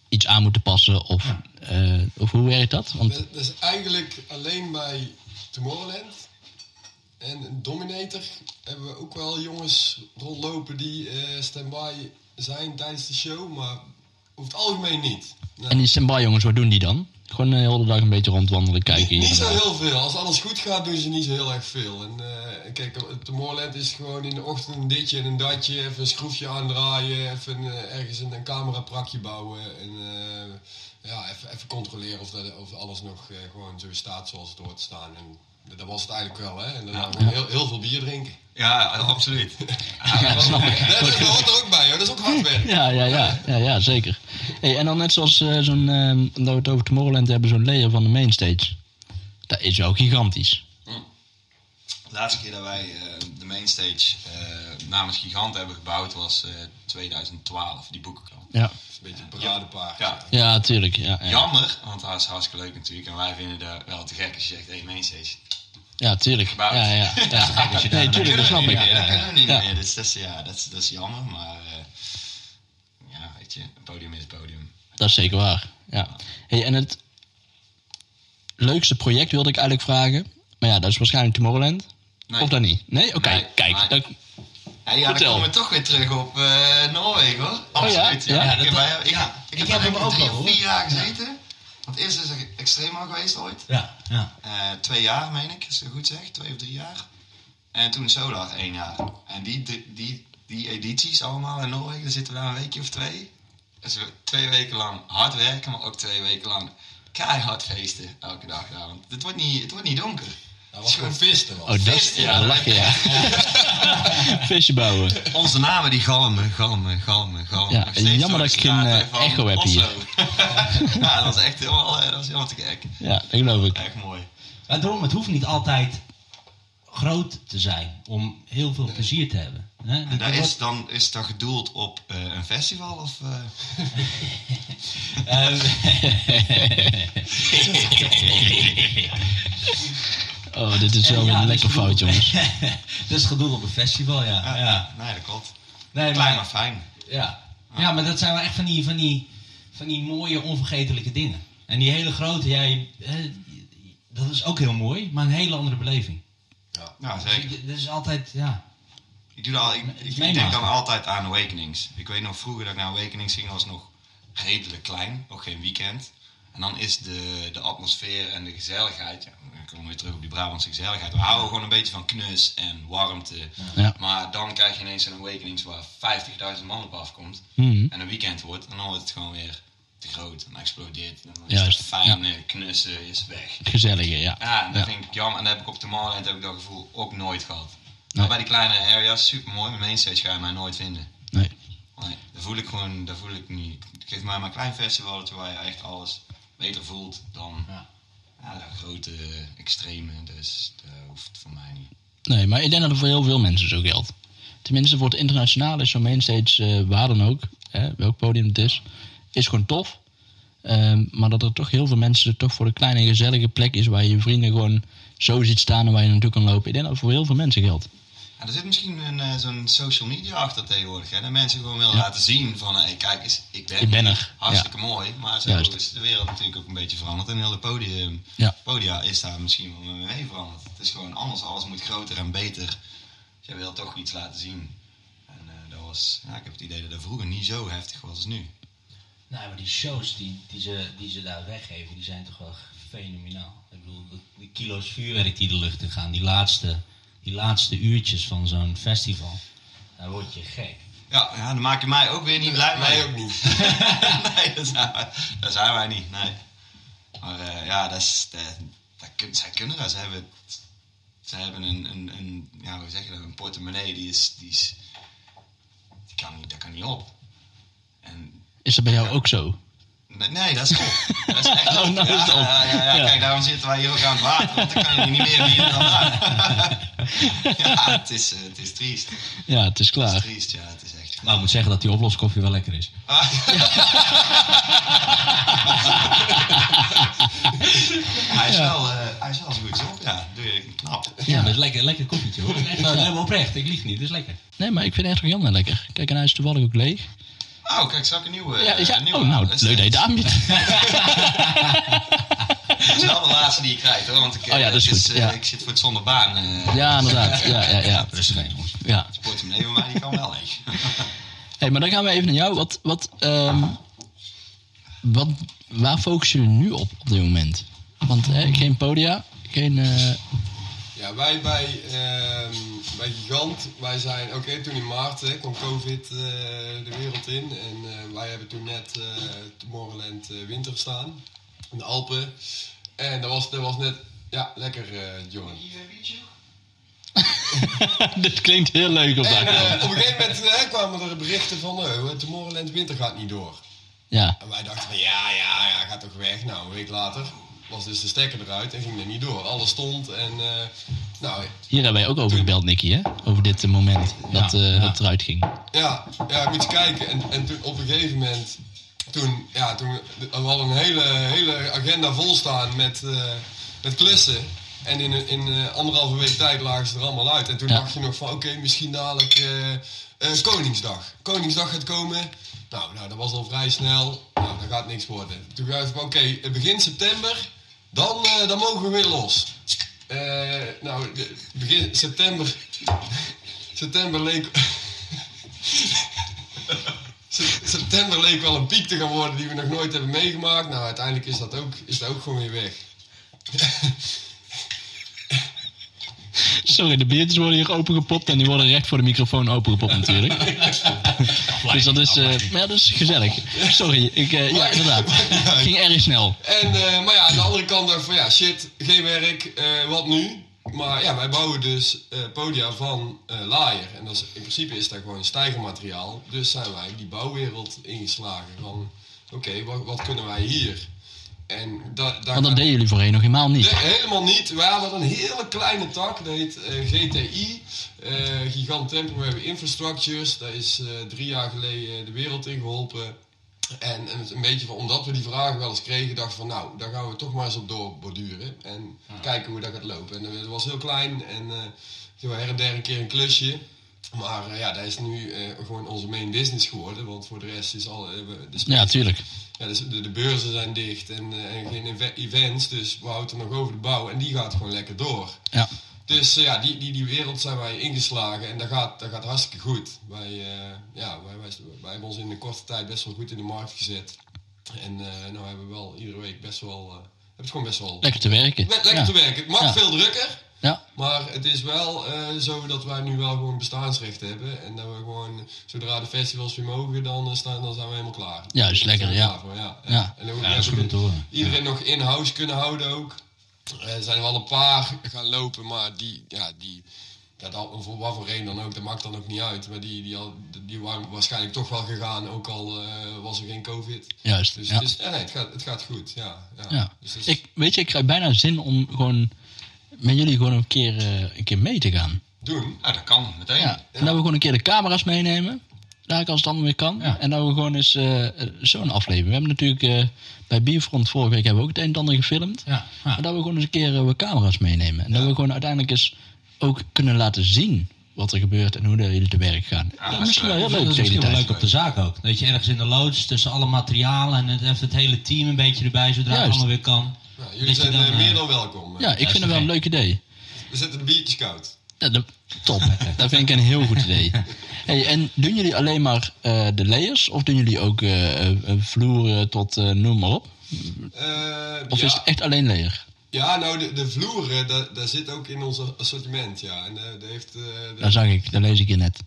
iets aan moeten passen? Of, eh, of hoe werkt dat? Want Dat, dat is eigenlijk alleen bij Tomorrowland. En Dominator hebben we ook wel jongens rondlopen die eh stand-by zijn tijdens de show, maar over het algemeen niet. Nou, En die standby jongens, wat doen die dan? Gewoon eh, de hele dag een beetje rondwandelen, kijken hier. niet en zo daar. heel veel. Als alles goed gaat, doen ze niet zo heel erg veel. En eh kijk, Tomorrowland is gewoon in de ochtend een ditje en een datje. Even een schroefje aandraaien. Even eh, ergens een, een cameraprakje bouwen. En eh, ja, even, even controleren of, dat, of alles nog eh, gewoon zo staat zoals het hoort te staan. En dat was het eigenlijk wel, hè? En daarna gewoon heel, heel veel bier drinken. Ja, absoluut. Ja, snap ik. Nee, dat hoort er ook bij, hoor. Dat is ook hard werk. Ja, ja, ja, ja, ja zeker. Hey, en dan net zoals eh, zo'n, eh, dat we het over Tomorrowland hebben, zo'n layer van de mainstage. Dat is ook gigantisch. De laatste keer dat wij eh, de mainstage eh, namens Gigant hebben gebouwd was eh 2012, die boekenkant. Ja, Dat is een beetje een paradepaard. Ja. ja tuurlijk. Ja, ja. Jammer, want dat is hartstikke leuk natuurlijk. En wij vinden dat wel te gek als je zegt, hé, hey, mainstage. ja tuurlijk. Ja, Gebouwd. ja, ja. Nee, tuurlijk, dat kunnen snap we ik. niet meer, Dat kunnen we niet Ja. meer. Dus dat is, ja, dat is, dat is jammer, maar eh, ja, weet je, een podium is een podium. Dat is zeker waar. Ja. Hey, en het leukste project wilde ik eigenlijk vragen. Maar ja, dat is waarschijnlijk Tomorrowland. Nee. Of dat niet? Nee? Oké, Nee, kijk. maar- dat- Ja, ja dan Vertel. komen we toch weer terug op eh, Noorwegen hoor. ja? Ja, dat- ik, heb bij- ik, Oh ja, ik ik heb heb er hem denk ik ook drie al, of hoor. vier jaar gezeten. Want eerst is er Extrema geweest ooit. Ja, ja. Eh, twee jaar, meen ik, als ik het goed zeg. Twee of drie jaar. En toen Solar één jaar. En die, die, die, die edities allemaal in Noorwegen, daar zitten we daar een weekje of twee. Dus we twee weken lang hard werken, maar ook twee weken lang keihard feesten elke dag. daar. Want het wordt niet, het wordt niet donker. Dat was gewoon visten, man. Oh, dat is... Feest, ja. Ja, lachen, ja. Feestje bouwen. Onze namen die galmen, galmen, galmen, galmen. Ja, Nog steeds jammer door dat de ik geen, eh, straten van echo heb Oslo. hier. ja, dat was echt helemaal, eh, dat was helemaal te gek. Ja, dat geloof ik. Echt mooi. Maar daarom, het hoeft niet altijd groot te zijn om heel veel plezier te hebben. Hè? En Dat daar wordt- is dan is dat gedoeld op eh, een festival of... eh, Ehm, Oh, dit is wel ja, dus- een dat lekker is gedoe- fout, jongens. dat is gedoe op een festival, ja. ja, ja. eh, nee, dat klopt. Nee, Klein maar, maar fijn. ja. ja, maar dat zijn wel echt van die, van die, van die mooie, onvergetelijke dingen. En die hele grote, ja, je- hè, dat is ook heel mooi, maar een hele andere beleving. Ja, zeker. Dat is altijd, ja. Ik, doe dat al, ik, ik meemaken. denk dan altijd aan Awakenings. Ik weet nog, vroeger dat ik naar Awakenings ging was nog redelijk klein. Nog geen weekend. En dan is de, de atmosfeer en de gezelligheid... Ja, dan komen we weer terug op die Brabantse gezelligheid. We houden gewoon een beetje van knus en warmte. Ja. Maar dan krijg je ineens een Awakenings waar 50.000 man op afkomt. Mhm. En een weekend wordt. En dan wordt het gewoon weer te groot. En dan explodeert. En dan is Juist, het fijn, eh, knussen is weg. Gezellige, ja. Ja, en dat Ja. vind ik jammer. En dat heb ik op de Tomorrowland heb ik dat gevoel ook nooit gehad. Nee. Maar bij die kleinere areas, super mooi. Mijn mainstage ga je mij nooit vinden. Nee. Nee, dat voel ik gewoon, dat voel ik niet. Geef mij maar een klein festival waar je echt alles beter voelt dan Ja. ja. de grote eh, extreme. Dus dat hoeft voor mij niet. Nee, maar ik denk dat het voor heel veel mensen zo geldt. Tenminste, voor het internationaal is zo'n mainstage, eh, waar dan ook, hè, welk podium het is, is gewoon tof. Ehm, maar dat er toch heel veel mensen het toch voor de kleine gezellige plek is waar je je vrienden gewoon zo ziet staan en waar je naartoe kan lopen. Ik denk dat het voor heel veel mensen geldt. Ja, er zit misschien een, eh, zo'n social media achter tegenwoordig. Hè? Dat mensen gewoon willen Ja. laten zien van, hé, kijk eens, ik ben, Ik ben er. Hartstikke mooi. Maar zo Juist. is de wereld natuurlijk ook een beetje veranderd. En heel de podium, Ja. podia is daar misschien wel mee veranderd. Het is gewoon anders. Alles moet groter en beter. Dus jij wil toch iets laten zien. En eh, dat was, ja, ik heb het idee dat dat vroeger niet zo heftig was als nu. Nou, maar die shows die, die, ze, die ze daar weggeven, die zijn toch wel fenomenaal. Ik bedoel, de, de kilo's vuurwerk die de lucht in gaan, die laatste, die laatste uurtjes van zo'n festival, daar word je gek. Ja, ja dan maak je mij ook weer niet blij mee. Mij ook niet. nee, dat zijn, wij, dat zijn wij niet, nee. Maar eh, ja, dat is, dat, dat kun- zij kunnen dat. Ze hebben, ze hebben een, een, een, ja, hoe zeg je dat, een portemonnee die is, die is, die kan niet, dat kan niet op. En Is dat bij jou ook zo? nee, nee, dat is op. Dat is echt Oh, op. nou is het ja, op. Ja, ja, ja, Ja. kijk, daarom zitten wij hier ook aan het water, want dan kan je niet meer bieden dan daar. ja, het is, eh, het is triest. Ja, het is Het is klaar. triest, ja, het is echt. Maar ik moet zeggen dat die oploskoffie wel lekker is. Hij is, wel, eh, hij is wel zo goed op, ja. Doe je knap. Ja, dat is lekker, lekker koffietje hoor. Nou, Dat is echt wel helemaal oprecht, ik lieg niet, dat is lekker. Nee, maar ik vind echt Jan wel lekker. Kijk, en hij is toevallig ook leeg. Oh, kijk, zou ik een nieuwe... Ja, eh, is hij- een nieuwe oh, nou, Dat is- leuk dat je het aanbiedt. Dat is wel de laatste die je krijgt, hoor. Want ik, eh, Oh ja, dat is het goed, eh, ja. ik zit voor het zonder baan. eh Ja, inderdaad. Ja, ja, ja. Rustig heen jongens. ja. Het portemonnee van mij, die kan wel leeg. Hey, maar dan gaan we even naar jou. Wat, wat, ehm, wat, waar focussen jullie nu op op dit moment? Want hè, geen podia, geen. eh, Ja, wij bij, ehm, bij Gigant, wij zijn, oké, toen in maart hè, kwam COVID eh, de wereld in. En eh, wij hebben toen net eh Tomorrowland eh, winter staan, in de Alpen. En dat was, dat was net Ja, lekker, eh Johan. Dit klinkt heel leuk op En dat eh, op een gegeven moment eh, kwamen er berichten van, oh, Tomorrowland Winter gaat niet door. Ja. En wij dachten van, ja, ja, ja, gaat toch weg. Nou, een week later was dus de stekker eruit en ging er niet door. Alles stond en, eh, nou, Hier hebben wij ook over gebeld, Nicky, hè? Over dit eh, moment dat, eh, ja. dat het eruit ging. ja, ja, moet je kijken. En, en toen op een gegeven moment, toen, ja, toen, we hadden een hele, hele agenda vol staan met, eh, met klussen. En in, een- in eh, anderhalve week tijd lagen ze er allemaal uit. En toen Ja. dacht je nog van, oké, misschien dadelijk eh, eh, Koningsdag. Koningsdag gaat komen. Nou, nou, dat was al vrij snel. Nou, dat gaat niks worden. Toen dacht ik, van, oké, begin september, dan, eh, dan mogen we weer los. Eh, nou, de- begin september... September leek... Se- September leek wel een piek te gaan worden die we nog nooit hebben meegemaakt. Nou, uiteindelijk is dat ook, is dat ook gewoon weer weg. Sorry, de biertjes worden hier opengepopt en die worden recht voor de microfoon opengepopt natuurlijk. dus dat is, eh, maar ja, dat is gezellig. Sorry, ik, eh, ja, inderdaad. Het ging erg snel. En, eh, maar ja, aan de andere kant dacht ik van ja, shit, geen werk, eh, wat nu? Maar ja, wij bouwen dus eh, podia van eh, laaier. En dat is, in principe is dat gewoon stijgermateriaal. Dus zijn wij die bouwwereld ingeslagen van oké, wat, wat kunnen wij hier? En da, daar Want dat deden jullie voorheen nog helemaal niet. Nee, helemaal niet. We hadden een hele kleine tak, dat heet eh, GTI, eh Gigant Temporary Infrastructures. Daar is eh, drie jaar geleden eh, de wereld in geholpen. En, en het een beetje van, omdat we die vragen wel eens kregen, dachten van nou, daar gaan we toch maar eens op doorborduren. En kijken hoe dat gaat lopen. En eh, het was heel klein en eh toen her en der een keer een klusje. Maar eh, ja, dat is nu eh, gewoon onze main business geworden. Want voor de rest is al, eh, we- de Ja, tuurlijk. ja, dus de, de beurzen zijn dicht en, eh, en geen eve- events, dus we houden het nog over de bouw en die gaat gewoon lekker door. Ja. Dus eh, ja, die, die, die wereld zijn wij ingeslagen en dat gaat, dat gaat hartstikke goed. Wij, eh, ja, wij, wij, wij hebben ons in een korte tijd best wel goed in de markt gezet. En eh nou hebben we wel iedere week best wel, eh, hebben het gewoon best wel Lekker te werken. le- lekker ja. te werken. Het mag Ja. veel drukker, Ja. maar het is wel eh, zo dat wij nu wel gewoon bestaansrecht hebben. En dat we gewoon, zodra de festivals weer mogen, dan, eh, staan, dan zijn we helemaal klaar. Juist, lekker, Daar zijn we ja. klaar voor, ja. Ja. En ook, Ja, dat is goed om te horen. iedereen nog in-house kunnen houden ook. Eh, Er zijn er wel een paar gaan lopen, maar die, ja, die, ja, dat, voor wat voor reden dan ook, dat maakt dan ook niet uit. Maar die, die, al, die waren waarschijnlijk toch wel gegaan, ook al eh, was er geen COVID. Juist. Dus ja. het, is, ja, nee, het, gaat, het gaat goed, ja. ja. Ja. Dus dat is- Ik, weet je, ik krijg bijna zin om gewoon met jullie gewoon een keer, eh, een keer mee te gaan. doen. Ja, dat kan, meteen. Ja. En dat we gewoon een keer de camera's meenemen. Daar als het allemaal weer kan. En dat we gewoon eens eh, eh, zo'n aflevering. We hebben natuurlijk eh, bij Bierfront vorige week hebben we ook het een en ander gefilmd. Ja, ja. Maar dat we gewoon eens een keer eh, wat camera's meenemen. En dat we gewoon uiteindelijk eens ook kunnen laten zien wat er gebeurt en hoe dat jullie te werk gaan. dat dat is is misschien wel heel Dat leuk is tegen die misschien wel tijd. leuk op de zaak ook. Dat je ergens in de loods tussen alle materialen en het, even het hele team een beetje erbij, zodra Juist. het allemaal weer kan. Ja, jullie Dat je zijn dan, eh, eh, meer dan welkom. Ja, ik is vind het wel een oké. leuk idee. We zetten de biertjes koud. Ja, dat- top. dat vind ik een heel goed idee. Hey, en doen jullie alleen maar eh, de layers of doen jullie ook eh, eh, vloeren tot eh, noem maar op? Eh, Of ja. is het echt alleen layer? ja, nou, de, de vloeren, dat, dat zit ook in ons assortiment, ja. En eh, dat heeft... eh, de- Dat zag ik, dat lees ik hier net.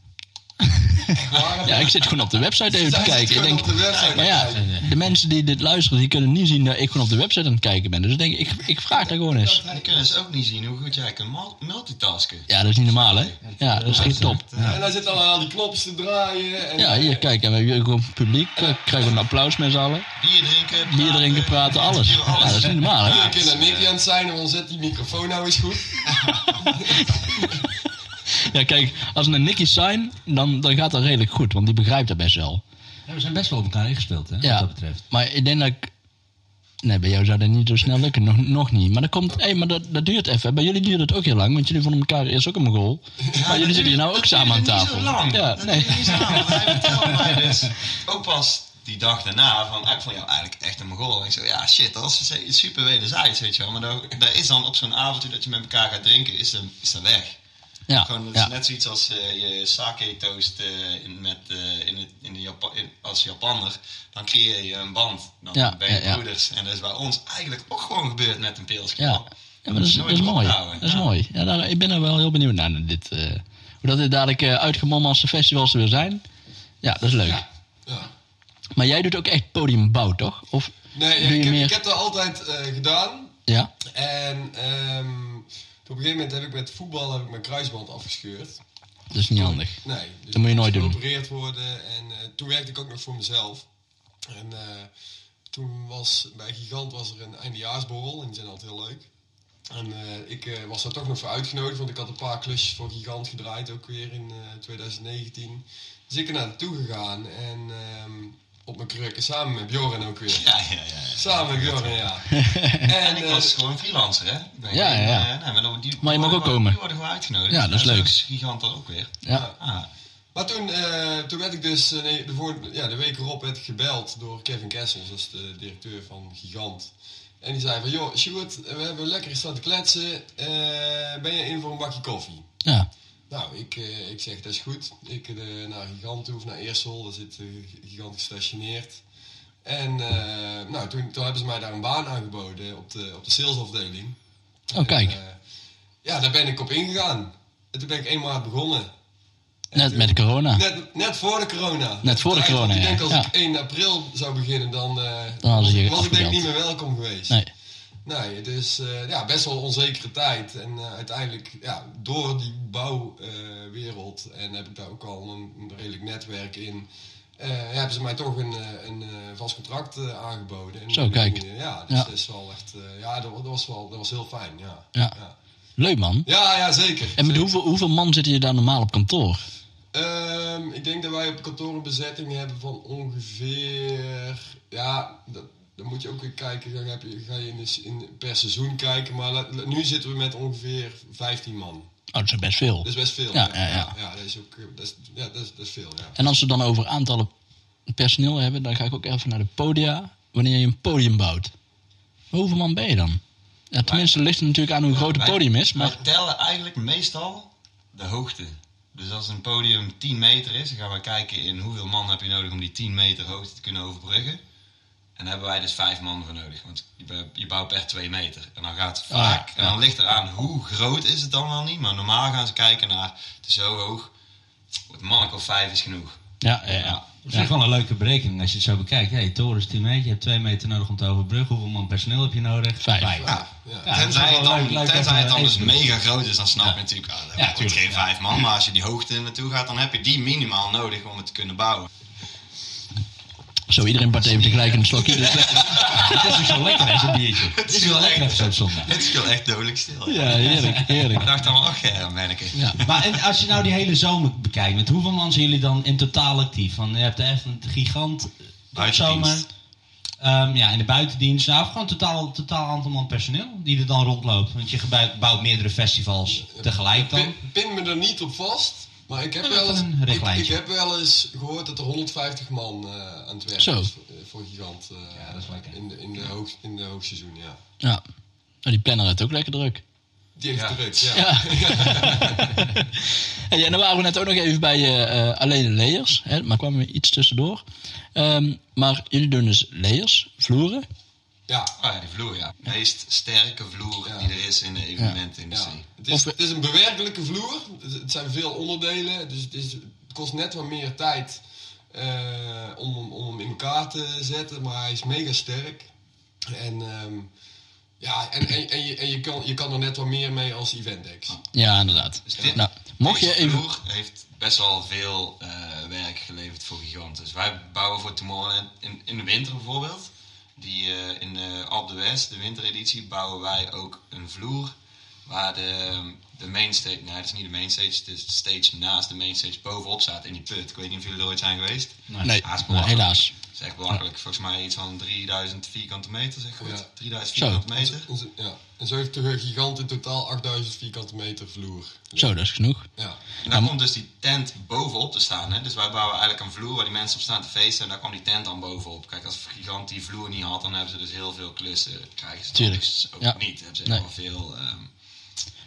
Maar- Ja, ik zit gewoon op de website even te Zij zit kijken. Ik gewoon denk, op de website maar te ja, kijken. de mensen die dit luisteren, die kunnen niet zien dat ik gewoon op de website aan het kijken ben. Dus ik denk, ik, ik vraag daar gewoon eens. En dan kunnen ze ook niet zien hoe goed jij kan mul- multitasken. Ja, dat is niet normaal, hè? Ja, dat is geen top. En daar zitten allemaal die knopjes te draaien. En, Ja, hier, kijk, en we hebben hier gewoon publiek. Ik krijg een applaus met z'n allen. Bier drinken, praten, Bier drinken, praten, alles. Ja, dus, eh, dat is niet normaal, hè? Hier kunnen Nicky aan het zijn, want zet die microfoon nou eens goed. Ja, kijk, als we een Nicky sign, dan, dan gaat dat redelijk goed, want die begrijpt dat best wel. Ja, we zijn best wel op elkaar ingespeeld, hè, Ja, wat dat betreft. Maar ik denk dat ik... Nee, bij jou zou dat niet zo snel lukken, nog, nog niet. Maar, dat, komt, hey, maar dat, dat duurt even. Bij jullie duurt het ook heel lang, want jullie vonden elkaar eerst ook een goal. maar jullie zitten hier nou ook samen aan tafel. Ja, dat nee. duurde niet zo lang. Hij vertelde mij dus ook pas die dag daarna van, ah, ik vond jou eigenlijk echt een mogol. En ik zo, ja shit, dat is ze- super wederzijds, weet je wel. Maar dat, dat is dan op zo'n avondje dat je met elkaar gaat drinken, is dat, is dat weg. Ja, Gewoon, dat is ja. net zoiets als eh, je sake toast eh, in, met, eh, in, het- in de Japa- in- als Japanner. Dan creëer je een band. Dan Ja, ben je ja, ja. broeders. En dat is bij ons eigenlijk ook gewoon gebeurd met een ja. pilsknal. Ja, maar dat is, dat is mooi. Dat is mooi. Ja, daar, ik ben er wel heel benieuwd naar, naar dit. eh, hoe dat dit dadelijk eh uitgemommeld als de festivals er weer zijn. Ja, dat is leuk. Ja. Maar jij doet ook echt podiumbouw, toch? Of Nee, doe ik, je heb, meer... ik heb dat altijd eh, gedaan. Ja. En ehm, toen op een gegeven moment heb ik met voetbal heb ik mijn kruisband afgescheurd. Dat is niet handig. Nee. Dus Dat moet je nooit moest doen. geopereerd worden. En eh, toen werkte ik ook nog voor mezelf. En eh, toen was bij Gigant was er een eindejaarsborrel. En die zijn altijd heel leuk. En eh, ik eh, was daar toch nog voor uitgenodigd. Want ik had een paar klusjes voor Gigant gedraaid. Ook weer in eh, 2019. Dus ik er naartoe gegaan. En ehm, op mijn krukken. Samen met Bjorn ook weer. Ja, ja, ja. ja. Samen met Bjorn, ja. En ik eh, was gewoon freelancer, hè? Ik denk, dus- Ja, ja, ja. eh, nou, maar, dan- die, Maar je mag ook die komen. Die worden gewoon uitgenodigd. Ja, dat is Nou, leuk. Zo is gigant dan ook weer. Ja. Ah, Maar toen, eh, toen werd ik dus, eh, nee, de, voor, ja, de week erop werd ik gebeld door Kevin Kessels, dat is de directeur van Gigant. En die zei van, joh, Stuart, we hebben lekker staan te kletsen, Eh, ben je in voor een bakje koffie? Ja. Nou, ik, eh, ik zeg, dat is goed. Ik eh, naar Gigant toe, of naar Eersel, daar zit eh, Gigant gestationeerd. En eh, nou, toen, toen hebben ze mij daar een baan aangeboden op de, op de salesafdeling. Oh, En, kijk. eh, ja, daar ben ik op ingegaan. En toen ben ik één maand begonnen. En Net toen- met de corona. Net, net voor de corona. Ah. Net voor de Eigenlijk, corona, Ik ja. denk als Ja. ik 1 april zou beginnen, dan, eh, Dan hadden ze je was ik denk ik afgebeld. niet meer welkom geweest. Nee. Nee, dus eh, ja, best wel onzekere tijd. En eh, uiteindelijk, ja, door die bouwwereld eh, en heb ik daar ook al een, een redelijk netwerk in, eh, hebben ze mij toch een, eh, een eh, vast contract eh, aangeboden. En Zo, kijk. Ja, dus Ja. dat is wel echt, eh, ja, dat, wa- dat was wel, dat was heel fijn, ja. Ja. ja. Leuk man. Ja, ja, zeker. En met Zeker. hoeveel, hoeveel man zitten je daar normaal op kantoor? Oh, Ehm, ik denk dat wij op kantoor een bezetting hebben van ongeveer. Ja, dat, dan moet je ook weer kijken. Dan heb je, ga je in de s- in, per seizoen kijken. Maar la- la- nu zitten we met ongeveer 15 man. Oh, dat is best veel. Dat is best veel. Ja, ja, ja. dat is ook. eh, Dat is, ja, dat is, dat is veel. Ja. En als we dan over aantallen personeel hebben, dan ga ik ook even naar de podia. Wanneer je een podium bouwt, hoeveel man ben je dan? Ja, tenminste, ligt het natuurlijk aan hoe groot het wij- podium is, maar Wij tellen eigenlijk meestal de hoogte. Dus als een podium 10 meter is, dan gaan we kijken in hoeveel man heb je nodig om die 10 meter hoogte te kunnen overbruggen. En daar hebben wij dus vijf man voor nodig, want je bou- je bouwt per 2 meter. En dan gaat het Ah, vaak, ja. en dan ligt eraan hoe groot is het dan wel niet, maar normaal gaan ze kijken naar, het is zo hoog, het mannelijk of vijf is genoeg. Nou, ja, ja, ja. Ja. Op zich wel een leuke berekening als je het zo bekijkt. Hey, toren is 10 meter, je hebt 2 meter nodig om te overbruggen. Hoeveel man personeel heb je nodig? Vijf. Ja, ja. Ja. dat is wel tenzij het leuk- dan, leuk tenzij even- het dan dus even- mega groot is, dan snap je natuurlijk, ah, dat Ja, wordt tuurlijk, geen vijf man. Maar als je die hoogte naartoe gaat, dan heb je die minimaal nodig om het te kunnen bouwen. Zo, iedereen pakt even tegelijk een slokje. Dus, Het is ook zo lekker, hè, zo'n biertje. Het is wel lekker even zo'n zondag. Dit viel echt dodelijk stil. ja, heerlijk, Ik heerlijk. dacht dan, ach ja, manneke. Ja. Maar en als je nou die hele zomer bekijkt, met hoeveel man zijn jullie dan in totaal actief? Want je hebt echt een gigant Buitendienst. zomer. ja, in de buitendienst. Nou, of gewoon totaal, totaal aantal man personeel die er dan rondloopt. Want je gebouwt- bouwt meerdere festivals tegelijk dan. Pin, pin me er niet op vast. Maar ik heb, Ja, wel eens, een ik, ik richtlijntje. heb wel eens gehoord dat er 150 man eh, aan het werk Zo. is voor, eh, voor Gigant. eh, Ja, dat is lekker. In de, in de, hoog, in de hoogseizoen, ja. Ja. Nou, die planner heeft ook lekker druk. Die heeft Ja. druk, ja. Ja. Hey, en dan waren we net ook nog even bij eh, eh, alleen de layers. Hè, maar kwamen we iets tussendoor. Ehm, maar jullie doen dus layers, vloeren. ja. Ah ja, die vloer, ja. Meest sterke vloer Ja. die er is in de Ja, evenementenindustrie. het, is, het is een bewerkelijke vloer. Het- Het zijn veel onderdelen. Dus het, is, het kost net wat meer tijd eh, om, hem- om hem in elkaar te zetten. Maar hij is mega sterk. En, ehm, ja, en, en, en, je, en je, kan, je kan er net wat meer mee als event Ah, decks. Ja, inderdaad. Dus dit- Nou, mocht je Deze even... vloer heeft best wel veel eh, werk geleverd voor Gigant. Dus wij bouwen voor Tomorrowland in, in de winter bijvoorbeeld. Die, eh, in eh Alp de West, de wintereditie, bouwen wij ook een vloer. Waar de, de mainstage, nee dat is niet de mainstage, het is de stage naast de mainstage bovenop staat in die put. Ik weet niet of jullie er ooit zijn geweest. Nee, Ah, is nou, belachelijk. helaas. Dat is echt belachelijk. Volgens mij iets van 3000 vierkante meter, zeg ik goed. Ja. 3000 Zo. vierkante meter. En zo- Ja. En zo heeft de gigant in totaal 8000 vierkante meter vloer. Zo, dat is genoeg. Ja. En daar komt dus die tent bovenop te staan. Hè? Dus wij bouwen eigenlijk een vloer waar die mensen op staan te feesten. En daar kwam die tent dan bovenop. Kijk, als Gigant die vloer niet had, dan hebben ze dus heel veel klussen. Krijgen ze dan Tuurlijk, dus ook ja. niet. Hebben ze Nee. heel veel... ehm,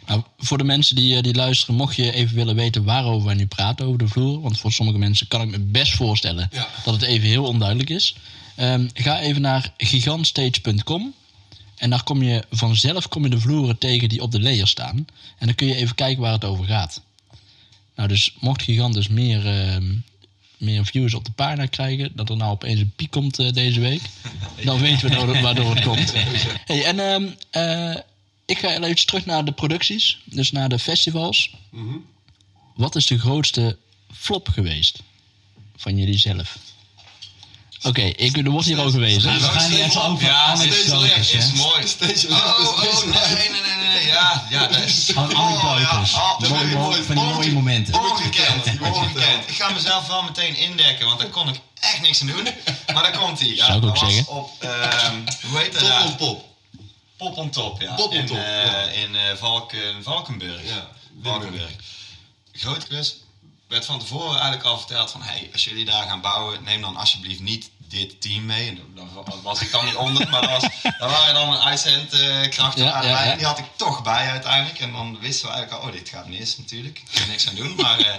Nou, voor de mensen die, eh, die luisteren, mocht je even willen weten waarover wij nu praten over de vloer. Want voor sommige mensen kan ik me best voorstellen Ja. dat het even heel onduidelijk is. Ehm, ga even naar gigantstage.com. En daar kom je vanzelf kom je de vloeren tegen die op de layer staan. En dan kun je even kijken waar het over gaat. Nou, dus mocht Gigant dus meer ehm, meer views op de pagina krijgen. Dat er nou opeens een piek komt eh, deze week. Dan weten we waardoor- waardoor het komt. Hey, en ehm, eh, ik ga even terug naar de producties. Dus naar de festivals. Wat is de grootste flop geweest? Van jullie zelf. Oké, ik er wordt hier al gewezen. we gaan niet even over Alex Stokers, is hè? mooi. Station Oh, Light, oh, Station nee, Light. nee, nee, nee, nee, ja, ja, dat is... Van anekdotes. Oh, ja, Mooi, oh, dat is mooi, mooi. van die mooie momenten. Ongekend, ongekend. Ik ga mezelf wel meteen indekken, want daar kon ik echt niks aan doen. Maar daar komt hij. Ja, Zou ik ook dat was zeggen. op, ehm, hoe heet dat? Top daar? on pop. Pop on top, ja. Pop on in, top, eh, ja. In eh, Valken, Valkenburg. Ja, Valkenburg. Grote klus. Werd van tevoren eigenlijk al verteld van... Hey, als jullie daar gaan bouwen, neem dan alsjeblieft niet dit team mee. En dan was ik dan niet onder, maar dat was, daar waren dan een uitzendkracht Ja, aan de ja, lijn. ja. Die had ik toch bij uiteindelijk. En dan wisten we eigenlijk al, oh, dit gaat mis natuurlijk. Ik kan niks aan doen, maar... eh,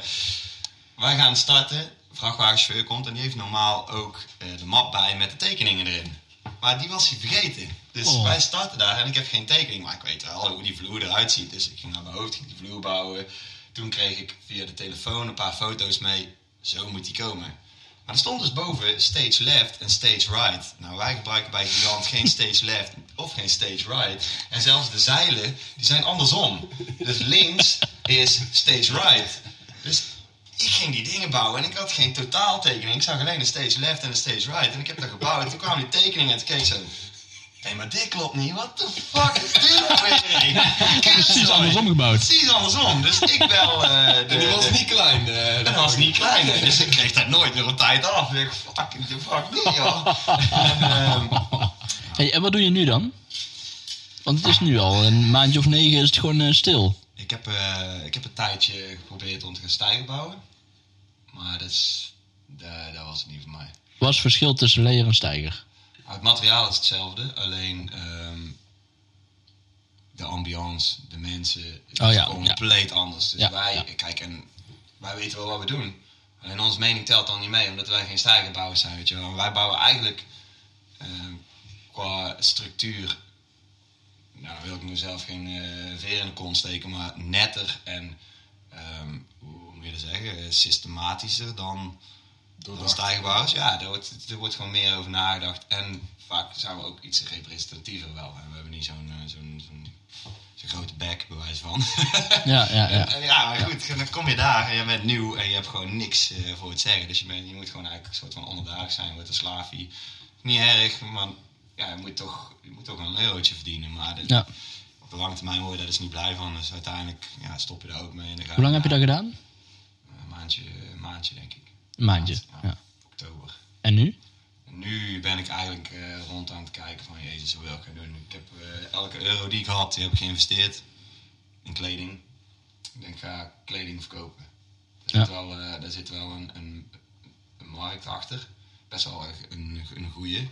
wij gaan starten. Vrachtwagenchauffeur komt en die heeft normaal ook eh, de map bij met de tekeningen erin. Maar die was hij vergeten. Dus Oh. wij starten daar en ik heb geen tekening, maar ik weet wel hoe die vloer eruit ziet. Dus ik ging naar mijn hoofd, ging die vloer bouwen. Toen kreeg ik via de telefoon een paar foto's mee. Zo moet die komen. Maar er stond dus boven stage left en stage right. Nou, wij gebruiken bij Gigant geen stage left of geen stage right. En zelfs de zeilen, die zijn andersom. Dus links is stage right. Dus ik ging die dingen bouwen en ik had geen totaaltekening. Ik zag alleen een stage left en een stage right. En ik heb dat gebouwd. En toen kwamen die tekeningen en toen keek ik zo... Hé, maar dit klopt niet. Wat de fuck is dit weer? Ik ken het Precies zo. andersom gebouwd. Precies andersom. Dus ik bel eh, de... En die was de- niet klein. eh, en dat was niet klein, dus ik kreeg daar nooit meer op tijd af. Ik dacht, fuck, the fuck niet, joh. En, ehm, Hey, en wat doe je nu dan? Want het is nu al een maandje of negen is het gewoon eh, stil. ik, heb, eh, ik heb een tijdje geprobeerd om te gaan stijgen bouwen. Maar dat, is, dat, dat was het niet voor mij. Wat is het verschil tussen leer en stijger? Het materiaal is hetzelfde, alleen ehm, de ambiance, de mensen, het Oh is ja, compleet anders. Dus Ja, wij, ja. kijk, en wij weten wel wat we doen. Alleen onze mening telt dan niet mee, omdat wij geen stijgerbouwers zijn, weet je wel. Wij bouwen eigenlijk ehm, qua structuur, nou dan wil ik mezelf geen eh veer in de kont steken, maar netter en, ehm, hoe moet je dat zeggen, eh, systematischer dan dan stijgenbouwers, ja, daar wordt, er wordt gewoon meer over nagedacht. En vaak zijn we ook iets representatiever wel. En we hebben niet zo'n eh, zo'n zo'n zo'n grote bek, bewijs van. Ja, ja, ja. En eh, ja, maar goed, dan kom je daar en je bent nieuw en je hebt gewoon niks eh, voor het zeggen. Dus je, bent, je moet gewoon eigenlijk een soort van onderdanig zijn, wordt een slaafie. Niet erg, maar ja, je moet toch, je moet toch wel een eurotje verdienen. Maar dat- Ja. op de lange termijn word je daar dus niet blij van. Dus uiteindelijk ja, stop je daar ook mee. En dan ga Hoe lang heb je dat gedaan? Een maandje, een maandje denk ik. Een maandje. Ja. Oktober. En nu? Nu ben ik eigenlijk eh, rond aan het kijken van Jezus, wat wil ik gaan doen? Ik heb eh, elke euro die ik had, die heb ik geïnvesteerd in kleding. Ik denk, ga kleding verkopen. Er zit Ja. wel, eh, daar zit wel een, een, een markt achter. Best wel een, een goede.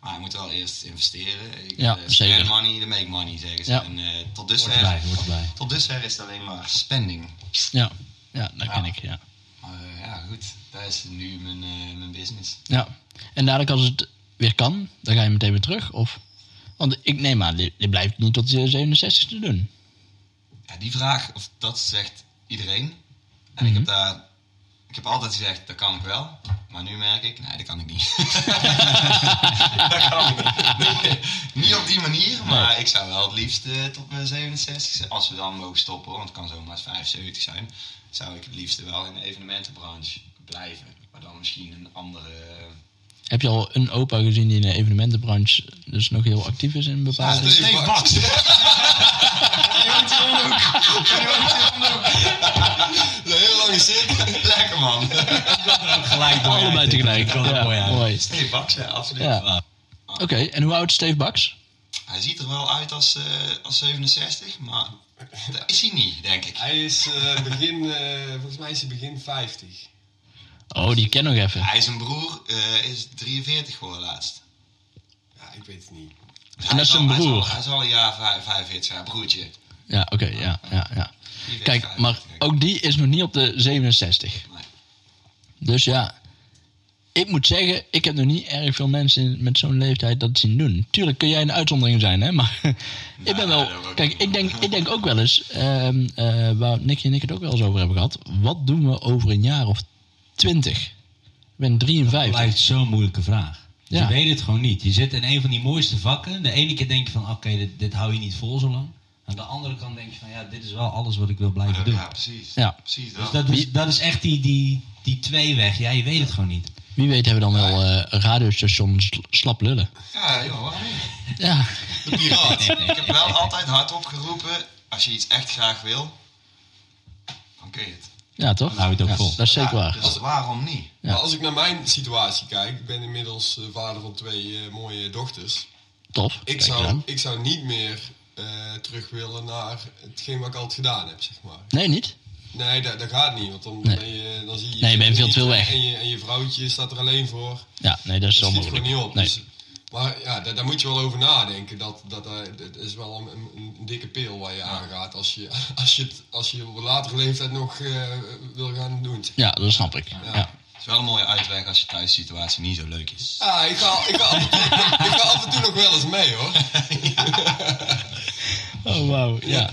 Maar je moet wel eerst investeren. Ik, Ja, eh, zeker. Spend money, to make money, zeggen ze. Ja. En eh, tot, Hoort erbij, dusver, hoort erbij. tot dusver is het alleen maar spending. Ja. Ja, dat ken Ja. ik, ja. Maar eh, ja, goed. Dat is nu mijn, eh, mijn business. ja. En dadelijk als het weer kan, dan ga je meteen weer terug? Of? Want ik neem aan, dit, dit blijft niet tot je 67 te doen. Ja, die vraag, of dat zegt iedereen. En ik heb daar... Ik heb altijd gezegd, dat kan ik wel. Maar nu merk ik, nee, dat kan ik niet. dat kan ik niet. Nee, niet op die manier, maar ik zou wel het liefst eh, tot mijn 67... zijn. Als we dan mogen stoppen, want het kan zomaar 75 zijn... zou ik het liefst wel in de evenementenbranche blijven. Maar dan misschien een andere... eh, Heb je al een opa gezien die in de evenementenbranche dus nog heel actief is in bepaalde... Ja, Steve Baks. Een hele lange cirkel. Lekker man! Gelijk door. Allebei tegelijk. Ja, mooi. Steve Baks, ja, absoluut. Ja. Oké, en hoe oud is Steve Baks? Hij ziet er wel uit als, eh, als 67, maar dat is hij niet, denk ik. Hij is eh, begin, eh, volgens mij is hij begin 50. Oh, die ken nog even. Hij zijn broer eh, is 43 geworden laatst. Ja, ik weet het niet. Dus En dat is hij zijn hij broer? Hij is, al, hij is al een jaar vijf- 45, zijn broertje. Ja, oké, ja, ja, ja. Die werd Kijk, 45. maar ook die is nog niet op de 67. Nee. Dus ja, ik moet zeggen, ik heb nog niet erg veel mensen met zo'n leeftijd dat zien doen. Tuurlijk kun jij een uitzondering zijn, hè? Maar ik ben wel. dat wil ik Kijk, niet. ik denk, ik denk ook wel eens, ehm, eh, waar Nicky en ik het ook wel eens over hebben gehad. Wat doen we over een jaar of twintig? ben 53. blijft zo'n moeilijke vraag. Dus Ja. Je weet het gewoon niet. Je zit in een van die mooiste vakken. De ene keer denk je van, oké, dit, dit hou je niet vol zo lang. Aan de andere kant denk je van, ja, dit is wel alles wat ik wil blijven doen. Ja, precies. Ja. Precies dat. Dus dat is, dat is echt die, die, die tweeweg. Ja, je weet het gewoon niet. Wie weet hebben we dan wel eh, een radiostation sl- slap lullen. Ja, joh, waarom niet? Ja, De piraat. Ik heb wel altijd hardop geroepen, als je iets echt graag wil, dan kun je het. ja toch? Dan hou je het ook Ja, vol. Dat is zeker Ja, waar. Dus waarom niet? Ja. Maar als ik naar mijn situatie kijk, ik ben inmiddels eh, vader van twee eh, mooie dochters. Tof. Ik Kijk zou, dan. ik zou niet meer eh, terug willen naar hetgeen wat ik altijd gedaan heb, zeg maar. Nee, niet? Nee, dat, dat gaat niet, want dan, Nee. ben je, dan zie je... Nee, je bent veel te veel en- weg. En je, en je vrouwtje staat er alleen voor. Ja, nee, dat is Dat wel schiet gewoon niet op. mogelijk. Nee. Dus- maar ja, daar, daar moet je wel over nadenken. Dat, dat, eh, dat is wel een, een, een dikke pil waar je aangaat als je, als je, het, als je op een latere leeftijd nog eh, wil gaan doen. Ja, dat snap ik. Ja. Het is wel een mooie uitweg als je thuis situatie niet zo leuk is. Ah, ik ga, ik, ga af en toe, ik ga af en toe nog wel eens mee hoor. Oh, wauw. Ja.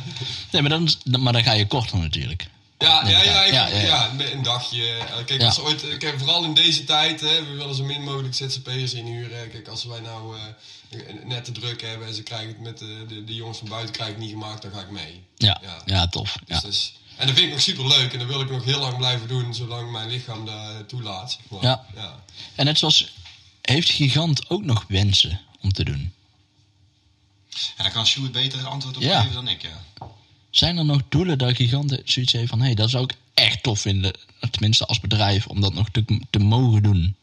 Nee, maar dan, maar dan ga je korter natuurlijk. Ja, ja, ja, ik- Ja, ja, ja, ja. een dagje. Eh, Kijk, Ja. als ooit, eh, kijk, vooral in deze tijd, hè, we willen zo min mogelijk ZZP'ers inhuren. Kijk, als wij nou eh, net te druk hebben en ze krijgen het met eh, de, de jongens van buiten krijgen het niet gemaakt, dan ga ik mee. Ja, ja. Ja. tof. Dus Ja. dat is- en dat vind ik nog super leuk en dat wil ik nog heel lang blijven doen, zolang mijn lichaam dat toelaat. zeg maar. Ja. Ja. En net zoals, heeft Gigant ook nog wensen om te doen? Ja, daar kan Sjoerd beter een antwoord op Ja. geven dan ik, ja. Zijn er nog doelen dat Gigant zoiets heeft van... hé, hey, dat zou ik echt tof vinden, tenminste als bedrijf, om dat nog te, te mogen doen?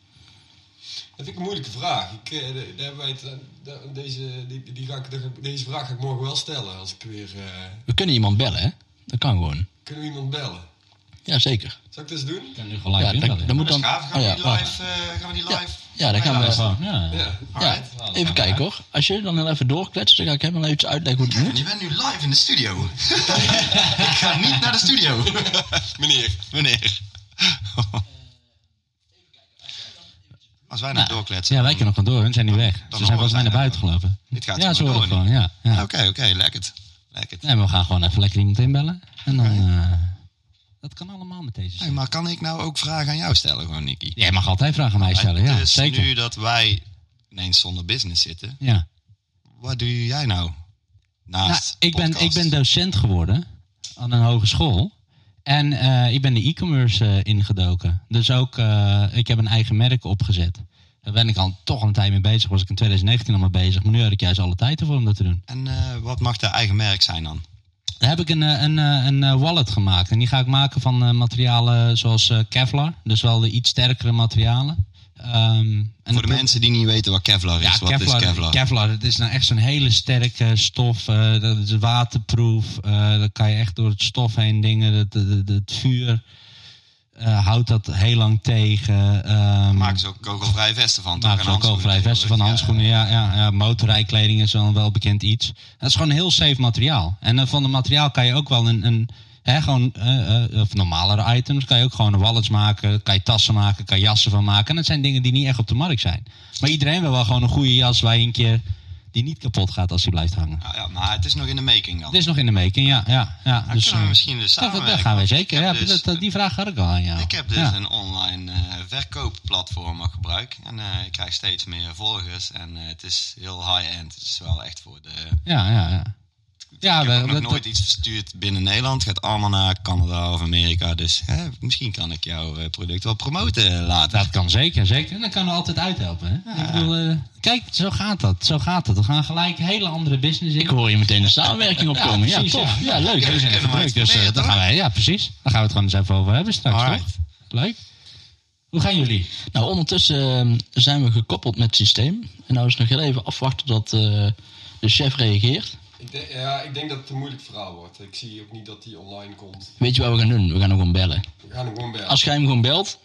Dat vind ik een moeilijke vraag. Ik, eh, daar hebben wij het, eh, daar- deze, die, die ga ik, daar ga ik- deze vraag ga ik morgen wel stellen als ik weer... eh, We kunnen iemand bellen, hè? Dat kan gewoon. kunnen we iemand bellen? Jazeker. Zal ik dat eens doen? Ik kan nu gelijk ja, in dan, dan moet Dat dan... is gaaf. dus Gaan, oh ja, we die wacht. live, eh, gaan we die live? Oh Ja, dan gaan we- bijhouden? Gewoon, ja. Ja. Ja, Alright. even kijken hoor. Als jullie dan heel even doorkletsen, dan ga ik helemaal even uitleggen hoe het moet. Je bent nu live in de studio. ik ga niet naar de studio. Meneer. Meneer. Als wij nou doorkletsen. Ja, wij kunnen nog wel door. Hun zijn nu weg. Ze horen zijn volgens zij mij naar dat buiten gelopen. Dit gaat ja, gewoon ze horen door het gewoon. Ja, dan- ja. Oké, oké, lekker het. Lekker het. Nee, maar we gaan gewoon even lekker iemand inbellen. En dan... eh, dat kan allemaal met deze Hey, zin. maar kan ik nou ook vragen aan jou stellen, gewoon, Nicky? Jij mag altijd vragen aan mij stellen. Ja, het is zeker. nu dus dat wij ineens zonder business zitten. Ja. Wat doe jij nou? Nou, Naast ik, ben, ik podcast? ben docent geworden aan een hogeschool. En eh, ik ben de e-commerce eh, ingedoken. Dus ook, eh, ik heb een eigen merk opgezet. Daar ben ik al toch al een tijd mee bezig. Was ik in 2019 al mee bezig. Maar nu had ik juist alle tijd ervoor om dat te doen. En eh, wat mag de eigen merk zijn dan? Daar heb ik een, eh, een, eh, een eh, wallet gemaakt. En die ga ik maken van eh, materialen zoals eh, Kevlar. Dus wel de iets sterkere materialen. Ehm, en Voor de dat- mensen die niet weten wat Kevlar is, Ja, wat Kevlar, is Kevlar? het is nou echt zo'n hele sterke stof. eh, dat is waterproof. eh dan kan je echt door het stof heen dingen. Het, het, het vuur eh, houdt dat heel lang tegen. ehm, Maken ze ook kogelvrij vesten van? toch? Maak En ze ook handschoenen kogelvrij vesten van tegenwoordig, handschoenen. Ja, ja, ja. Motorrijkleding is wel een welbekend iets. Dat is gewoon een heel safe materiaal. En eh, van het materiaal kan je ook wel een... een hè, gewoon, eh, eh, of normalere items kan je ook gewoon wallets maken. Kan je tassen maken, kan je jassen van maken. En dat zijn dingen die niet echt op de markt zijn. Maar iedereen wil wel gewoon een goede jas waar je een keer... die niet kapot gaat als die blijft hangen. Ja, ja, ja, maar het is nog in de making dan. Dit is nog in de making, ja. ja, ja. Dan Dus, kunnen we eh, misschien dus dat, samenwerken. dat gaan we want ik zeker. heb Ja, dus- dat- dat- die vraag had ik al aan jou. Ik heb dus Ja. een online eh, verkoopplatform wat ik gebruik. En eh, ik krijg steeds meer volgers. En eh, het is heel high-end. Het is wel echt voor de... Ja, ja, ja. Ja, ik heb we- ook nog dat- nooit iets verstuurd binnen Nederland. Het gaat allemaal naar Canada of Amerika. Dus hè, misschien kan ik jouw eh, product wel promoten later. Nou, Dat kan zeker, zeker. En dan kan we altijd uithelpen. Hè? Ik bedoel, eh, kijk, zo gaat dat. Zo gaat dat. We gaan gelijk een hele andere business in. Ik hoor je meteen de samenwerking opkomen. Ja, precies, tof. Ja, ja. leuk. Ja, we kunnen maar Leuk, iets dus eh, proberen, dan toch? gaan wij, ja, precies. Dan gaan we het gewoon eens even over hebben straks, Alright. toch? Leuk. Hoe gaan jullie? Nou, ondertussen ehm, zijn we gekoppeld met het systeem. En nou is nog heel even afwachten dat eh, de chef reageert. Ik denk, ja, ik denk dat het een moeilijk verhaal wordt. Ik zie ook niet dat die online komt. Weet je wat we gaan doen? We gaan hem gewoon bellen. We gaan hem gewoon bellen. Als jij hem gewoon belt,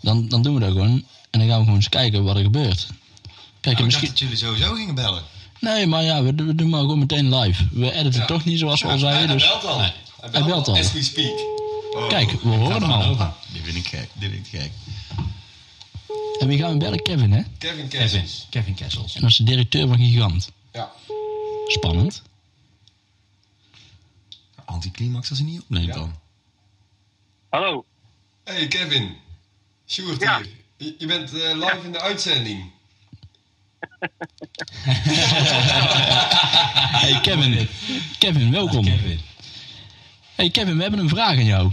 dan, dan doen we dat gewoon. En dan gaan we gewoon eens kijken wat er gebeurt. Kijk, Nou, en ik misschien... dacht dat jullie sowieso gingen bellen. Nee, maar ja, we, doen- we doen maar gewoon meteen live. We editen Ja. toch niet zoals we al hij, zeiden. hij Dus... belt al. Hij Hij belt al. As we speak. Kijk, we horen hem Oh. al. Oh. Dit vind ik gek. Dit vind ik gek. En wie gaan we bellen? Kevin, hè? Kevin Kessels. Kevin Kessels. En dat is de directeur van Gigant. Ja. Spannend. Anticlimax als hij niet opneemt Ja. dan. Hallo. Hey Kevin. Sjoerd Ja. hier. Je, je bent eh, live in de uitzending. Hey Kevin, Kevin, welkom. Kevin. Hey Kevin, we hebben een vraag aan jou.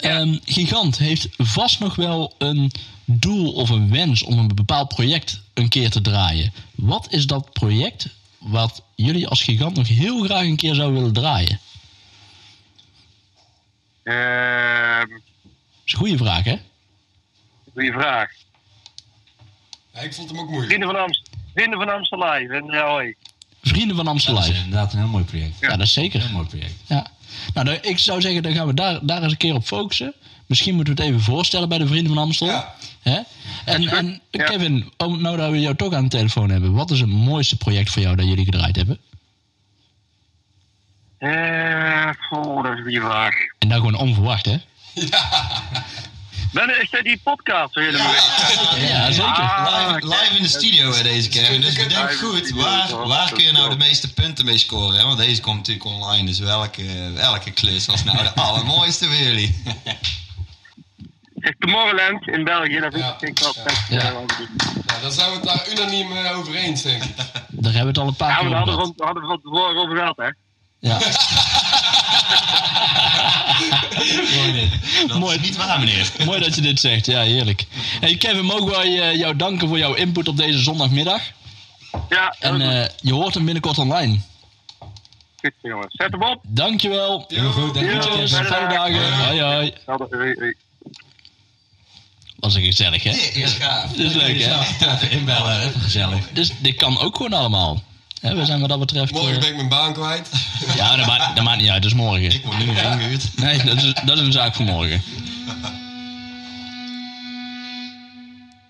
Ehm, Gigant heeft vast nog wel een doel of een wens om een bepaald project een keer te draaien. Wat is dat project wat jullie als Gigant nog heel graag een keer zouden willen draaien? Ehm Dat is een goede vraag, hè? goeie vraag. Ja, ik vond hem ook moeilijk. Vrienden van Amstel, Vrienden van Amstel Live en eh, hoi. Vrienden van Amstel Dat is Live. inderdaad een heel mooi project. Ja, dat is zeker. Heel mooi project. Ja. Nou, dan- ik zou zeggen, dan gaan we daar, daar eens een keer op focussen. Misschien moeten we het even voorstellen bij de Vrienden van Amstel. Ja. Hè? En, en Ja. Kevin, om- nou dat we jou toch aan de telefoon hebben. Wat is het mooiste project voor jou dat jullie gedraaid hebben? Eh, oh, dat is een goede vraag. En dan gewoon onverwacht, hè? Ben, is dat die podcast? Hoor je dat weer? Ja, zeker. Ah, Live, live in de studio hè, deze keer. Dus bedenk goed, waar, waar kun je nou de meeste punten mee scoren? Hè? Want deze komt natuurlijk online, dus welke, welke klus was nou de allermooiste voor jullie? Zeg Tomorrowland in België, dat vind Ja. ik vind ik wel Ja. best. Ja. eh, wel goed. Ja, daar zijn we het daar unaniem eh, over eens, denk ik. Daar hebben we het al een paar Ja, keer we over hadden gehad. het hadden we van tevoren over gehad, hè? Ja. Dat Mooi. is niet waar, meneer. Mooi dat je dit zegt. Ja, heerlijk. Hey Kevin, mogen wij eh, jou danken voor jouw input op deze zondagmiddag. Ja, En dat is eh, je hoort hem binnenkort online. goed, jongens. Zet hem op. Dankjewel. Heel goed, dank je Ja. Kevin. Groetjes. Fijne dagen. Hoi, hoi. Hadden- eh, eh, Was een gezellig, hè? Dit is gaaf. Dit is leuk, hè? Ja, even inbellen, even gezellig. Dus dit kan ook gewoon allemaal. Hè, we zijn wat dat betreft... Morgen eh, ben ik mijn baan kwijt. ja, dat maakt, dat maakt niet uit. Dat is morgen. Ik word nu nog ingehuurd. Nee, dat is, dat is een zaak voor morgen.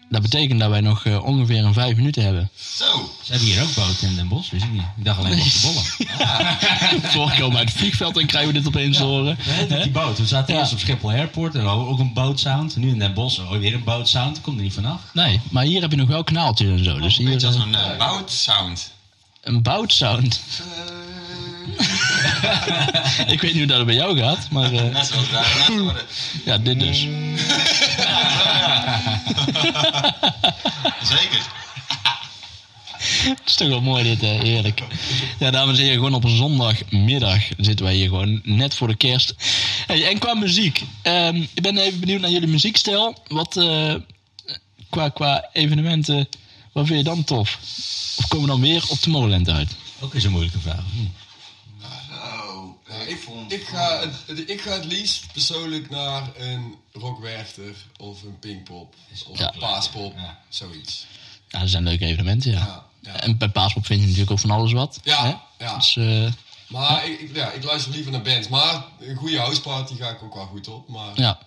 Dat betekent dat wij nog eh, ongeveer een vijf minuten hebben. Zo. Ze hebben hier ook boten in Den Bosch, wist ik niet. Ik dacht alleen Bosch de Bollen. Voorkomen uit het vliegveld en krijgen we dit opeens te horen. Nee, dat die boot. We zaten Ja. eerst op Schiphol Airport en we hadden ook een bootsound. Nu in Den Bosch oh, weer een bootsound. Komt er niet vanaf. Nee, maar hier heb je nog wel knaaltjes en zo. Dus Een hier beetje eh, als een eh, boutsound. een boutsound. Ik weet niet hoe dat bij jou gaat, maar eh, Net zoals daar net worden. ja, dit dus. Zeker. Het is toch wel mooi dit, hè? Heerlijk. Ja, dames en heren, gewoon op een zondagmiddag zitten wij hier gewoon net voor de kerst. Hey, en qua muziek. ehm, ik ben even benieuwd naar jullie muziekstijl. Wat eh, qua, qua evenementen, wat vind je dan tof? Of komen we dan weer op Tomorrowland uit? Ook is een moeilijke vraag. of niet? Zo. Nou, ik, ik, ga het, het- ik ga het liefst persoonlijk naar een rockwerchter of een pinkpop of Ja. een paaspop, Ja. zoiets. Ja, dat zijn leuke evenementen, ja. Ja, ja. En bij Paaspop vind je natuurlijk ook van alles wat. Ja, hè? ja. Dus, eh, Maar ik, ik- ja, ik luister liever naar bands. Maar een goede houseparty ga ik ook wel goed op. Maar ja.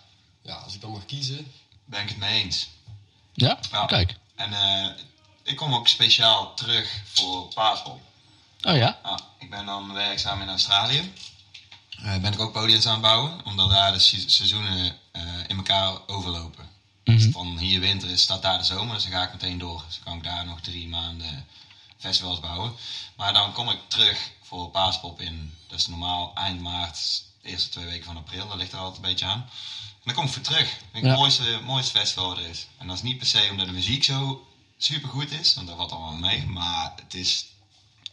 ja. als ik dan mag kiezen... Ben ik het mee eens. Ja? Ja. Kijk. En eh, ik kom ook speciaal terug voor Paasbol. Oh ja? Ah, ik ben dan werkzaam in Australië. Eh, ben ik ook podiums aan het bouwen, omdat daar de se- seizoenen eh, in elkaar overlopen. Dus Mhm. van hier winter is, staat daar de zomer, dus dan ga ik meteen door. Dus dan kan ik daar nog drie maanden festivals bouwen. Maar dan kom ik terug voor Paaspop in, dat is normaal eind maart, eerste twee weken van april, dat ligt er altijd een beetje aan. En dan kom ik voor terug. Dat vind ik Ja. het mooiste, mooiste festival wat er is. En dat is niet per se omdat de muziek zo super goed is, want daar valt allemaal mee, maar het is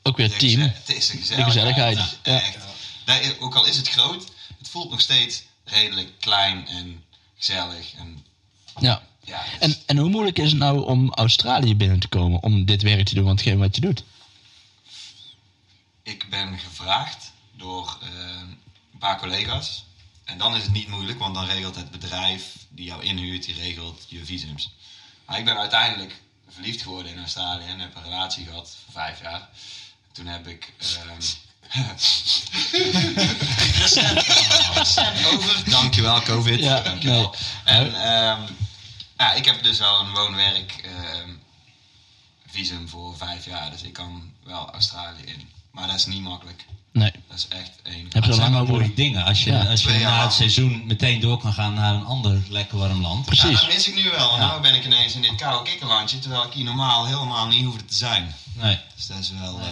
Ook weer de geze- team. Het is de De gezelligheid. gezelligheid. Ja. Echt. Daar is- ook al is het groot, het voelt nog steeds redelijk klein en gezellig. En, Ja. ja, dus- En, en hoe moeilijk is het nou om Australië binnen te komen om dit werk te doen, want geen wat je doet? ik ben gevraagd door eh, een paar collega's. En dan is het niet moeilijk, want dan regelt het bedrijf die jou inhuurt, die regelt je visums. Maar ik ben uiteindelijk verliefd geworden in Australië en heb een relatie gehad voor vijf jaar. Toen heb ik ehm, recent, recent over. Dankjewel, COVID. Ja, Dankjewel. nee. En ehm, ja, ik heb dus wel een woonwerk ehm, visum voor vijf jaar, dus ik kan wel Australië in. Maar dat is niet makkelijk. Nee. Dat is echt een. Heb je Dat er lang zijn wel over? mooie dingen. Als je, Ja. als je Twee jaar na het lang. seizoen meteen door kan gaan naar een ander lekker warm land. Ja, Precies. dat mis ik nu wel, want nou ben ik ineens in dit koude kikkerlandje, terwijl ik hier normaal helemaal niet hoefde te zijn. Nee. Dus dat is wel. eh,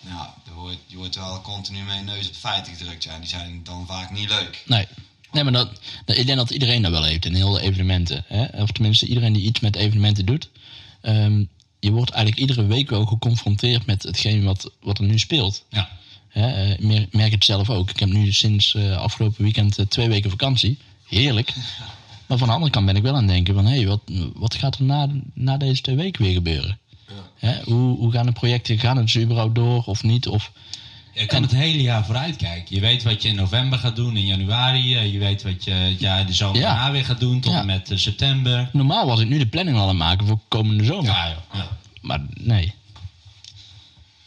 ja, je wordt, je wordt wel continu mee neus op feiten gedrukt. Ja, die zijn dan vaak niet leuk. Nee. Maar Nee, maar dat, dat- ik denk dat iedereen dat wel heeft in heel de evenementen. Hè? Of tenminste, iedereen die iets met evenementen doet. Ehm, je wordt eigenlijk iedere week wel geconfronteerd met hetgeen wat, wat er nu speelt. Ja. Hè? eh, ik mer- merk het zelf ook. Ik heb nu sinds eh, afgelopen weekend eh, twee weken vakantie. Heerlijk. Maar van de andere kant ben ik wel aan het denken van... hé, hey, wat, wat gaat er na, na deze twee weken weer gebeuren? Hè? Hoe, hoe gaan de projecten, gaan het ze überhaupt door of niet? Of, Je kan het hele jaar vooruit kijken. Je weet wat je in november gaat doen, in januari. eh, Je weet wat je het jaar de zomer Ja. daarna weer gaat doen, tot Ja. en met eh, september. normaal was ik nu de planning al aan het maken voor komende zomer. Ja, joh. Ja. Maar nee.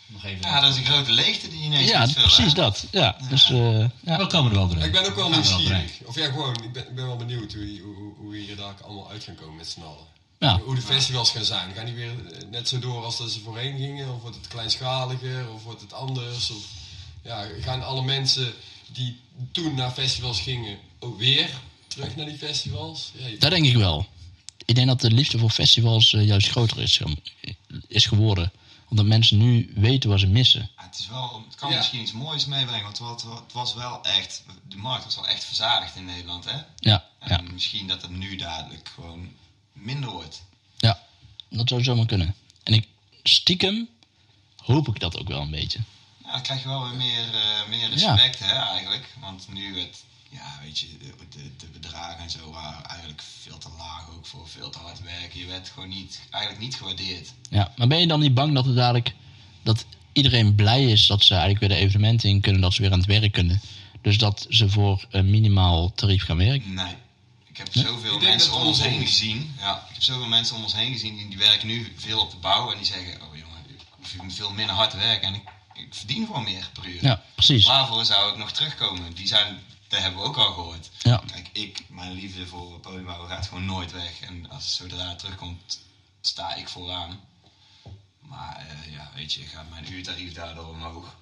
Nog even. Ja, dat is een grote leegte die je ineens Ja, moet vullen, precies hè? dat. Ja, dus, eh, ja. We komen er wel doorheen. Ik ben ook wel We gaan er doorheen. nieuwsgierig. Of ja, gewoon, ik ben, ik ben wel benieuwd hoe, die- hoe, hoe- hoe we hier daar allemaal uit gaan komen met z'n allen. Ja. Hoe de festivals gaan zijn. Gaan die weer eh, net zo door als dat ze voorheen gingen? Of wordt het kleinschaliger? Of wordt het anders? Of, ja, gaan alle mensen die toen naar festivals gingen ook weer terug naar die festivals? Ja, je- Dat denk ik wel. Ik denk dat de liefde voor festivals eh, juist groter is, gem- is geworden. Omdat mensen nu weten wat ze missen. Ja, het, is wel, het kan Ja. misschien iets moois meebrengen, want het, was- het was wel echt, de markt was wel echt verzadigd in Nederland. Hè? Ja, ja, En misschien dat het nu dadelijk gewoon minder wordt. ja. Dat zou zomaar kunnen. En ik stiekem hoop ik dat ook wel een beetje. Ja, dan krijg je wel weer meer, eh, meer Ja. respect hè, eigenlijk. Want nu het, ja, weet je, de, de, de bedragen en zo waren eigenlijk veel te laag ook voor veel te hard werken. Je werd gewoon niet, eigenlijk niet gewaardeerd. Ja, maar ben je dan niet bang dat het dadelijk dat iedereen blij is dat ze eigenlijk weer de evenementen in kunnen, dat ze weer aan het werk kunnen? Dus dat ze voor een minimaal tarief gaan werken? Nee. Ik heb Ik zoveel denk mensen dat om ons andersom heen is. gezien. Ja, ik heb zoveel mensen om ons heen gezien die, die werken nu veel op de bouw. En die zeggen, oh jongen, ik hoef veel minder hard te werken. En ik, ik verdien gewoon meer per uur. Ja, precies. Waarvoor zou ik nog terugkomen? Die zijn, dat hebben we ook al gehoord. Ja. Kijk, ik, mijn liefde voor podiumbouw gaat gewoon nooit weg. En als het zodra het terugkomt, sta ik vooraan. Maar eh, ja, weet je, gaat mijn uurtarief daardoor omhoog?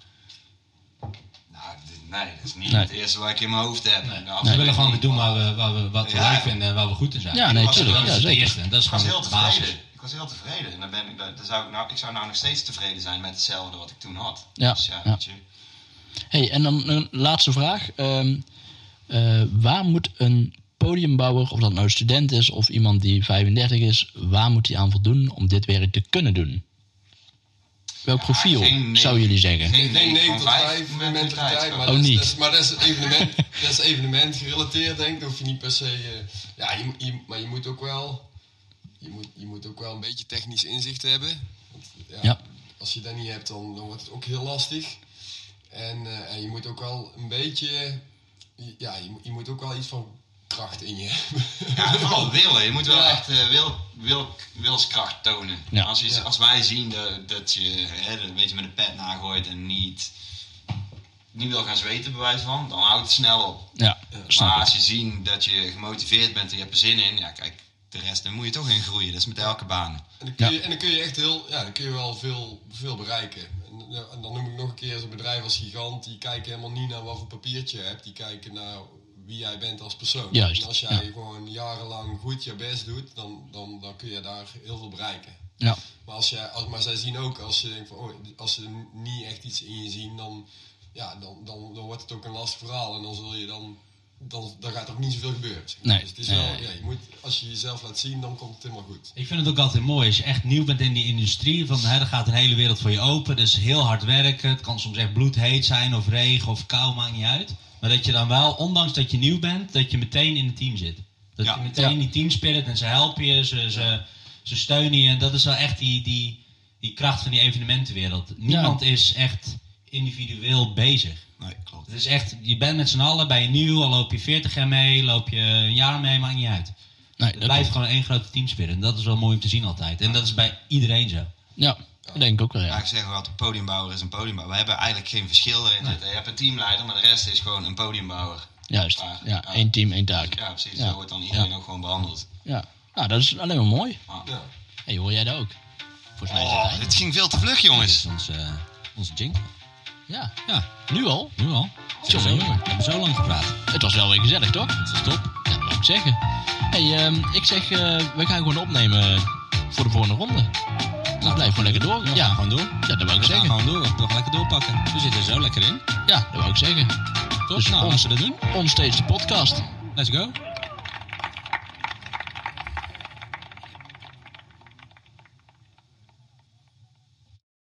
Nou, dit- nee, dat is niet Nee. het eerste waar ik in mijn hoofd heb. Nee. Nou, We willen gewoon niet. weer doen waar we, waar we, wat we Ja. leuk vinden en waar we goed in zijn. Ja, nee, Dat is- tuurlijk. Dat is Ja, het zeker. eerste. en Dat is Ik was gewoon heel de basis. tevreden. Ik was heel tevreden. En dan ben ik, daar, daar zou ik, nou, ik zou nou nog steeds tevreden zijn met hetzelfde wat ik toen had. Ja, Dus ja, ja. weet je. Hey, en dan een laatste vraag. Ehm, eh, waar moet een podiumbouwer, of dat nou een student is of iemand die 35 is, waar moet hij aan voldoen om dit werk te kunnen doen? Welk Ja, profiel geen nee. zou jullie zeggen? Geen Ik denk nee, 9 tot van 5 vijf mentaliteit. Maar, Oh, dat is, niet. dat is- maar dat is evenement, dat is evenement gerelateerd, denk ik. Dan hoef je niet per se. eh, ja, je, moet- je- maar je moet ook wel. Je moet, je moet ook wel een beetje technisch inzicht hebben. Want, ja, Ja. Als je dat niet hebt, dan, dan wordt het ook heel lastig. En, eh, en je moet ook wel een beetje. eh, Ja, je, moet- je moet ook wel iets van kracht in je hebben. Ja, en vooral willen. Je moet wel Ja. echt eh, wil, wil, wilskracht tonen. Ja. Als, je, Ja. als wij zien dat, dat je hè, een beetje met de pet nagooit en niet, niet wil gaan zweten, bij wijze van, dan houdt het snel op. Ja, maar snap ik. als je ziet dat je gemotiveerd bent en je hebt er zin in, ja kijk, de rest, dan moet je toch in groeien. Dat is met elke baan. En dan kun je, Ja. en dan kun je echt heel, ja, dan kun je wel veel, veel bereiken. En, ja, en dan noem ik nog een keer zo'n bedrijf als Gigant, die kijken helemaal niet naar wat voor papiertje je hebt, die kijken naar wie jij bent als persoon. Juist, en als jij ja. gewoon jarenlang goed je best doet, dan, dan, dan kun je daar heel veel bereiken. Ja, Maar, als jij, als, maar zij zien ook, als ze, denken van, oh, als ze niet echt iets in je zien, dan, ja, dan, dan, dan wordt het ook een lastig verhaal. En dan zul je dan, dan, dan gaat er ook niet zoveel gebeuren. zeg maar. Nee, Dus het is nee, wel, nee. ja, je moet, als je jezelf laat zien, dan komt het helemaal goed. Ik vind het ook altijd mooi als je echt nieuw bent in die industrie. Van, hè, er gaat een hele wereld voor je open. Dus heel hard werken. Het kan soms echt bloedheet zijn of regen of kou, maakt niet uit. Maar dat je dan wel, ondanks dat je nieuw bent, dat je meteen in het team zit. Dat Ja. je meteen in die teamspirit en ze helpen je, ze, ze, ze steunen je. En dat is wel echt die, die, die kracht van die evenementenwereld. Niemand is echt individueel bezig. Nee, klopt. Het is echt, je bent met z'n allen, ben je nieuw, al loop je 40 jaar mee, loop je een jaar mee, maakt niet uit. nee, Het dat blijft klopt. gewoon één grote teamspirit. En dat is wel mooi om te zien altijd. En dat is bij iedereen zo. Ja, dat denk ik ook wel, Ja, ja. ik zeg wel altijd, podiumbouwer is een podiumbouwer. We hebben eigenlijk geen verschil erin zitten. Je hebt een teamleider, maar de rest is gewoon een podiumbouwer. Juist. Ja, één team, één taak. Ja, precies. Ja. Zo wordt dan iedereen Ja. ook gewoon behandeld. Ja. Nou, dat is alleen maar mooi. Ja. Hey, hoor jij dat ook? Volgens mij is het Oh, eigenlijk. dit ging veel te vlug, jongens. is onze, eh, onze jingle. Ja, Ja, nu al. nu al. Zo, Jongen, zo, jongen. we hebben zo lang gepraat. Het was wel weer gezellig, toch? Dat is top. Ja, dat moet ik zeggen. Hey, ehm, ik zeg, eh, we gaan gewoon opnemen voor de volgende ronde. Dat blijft gewoon lekker door. Nou, Ja, Ja, gewoon door. ja dat wou ik We gaan zeggen. gewoon door. We gaan lekker doorpakken. We zitten er zo lekker in. Ja, dat wou ik zeggen. Toch? Dus nou, ons- laten we dat doen. Onsteeds de podcast. Let's go.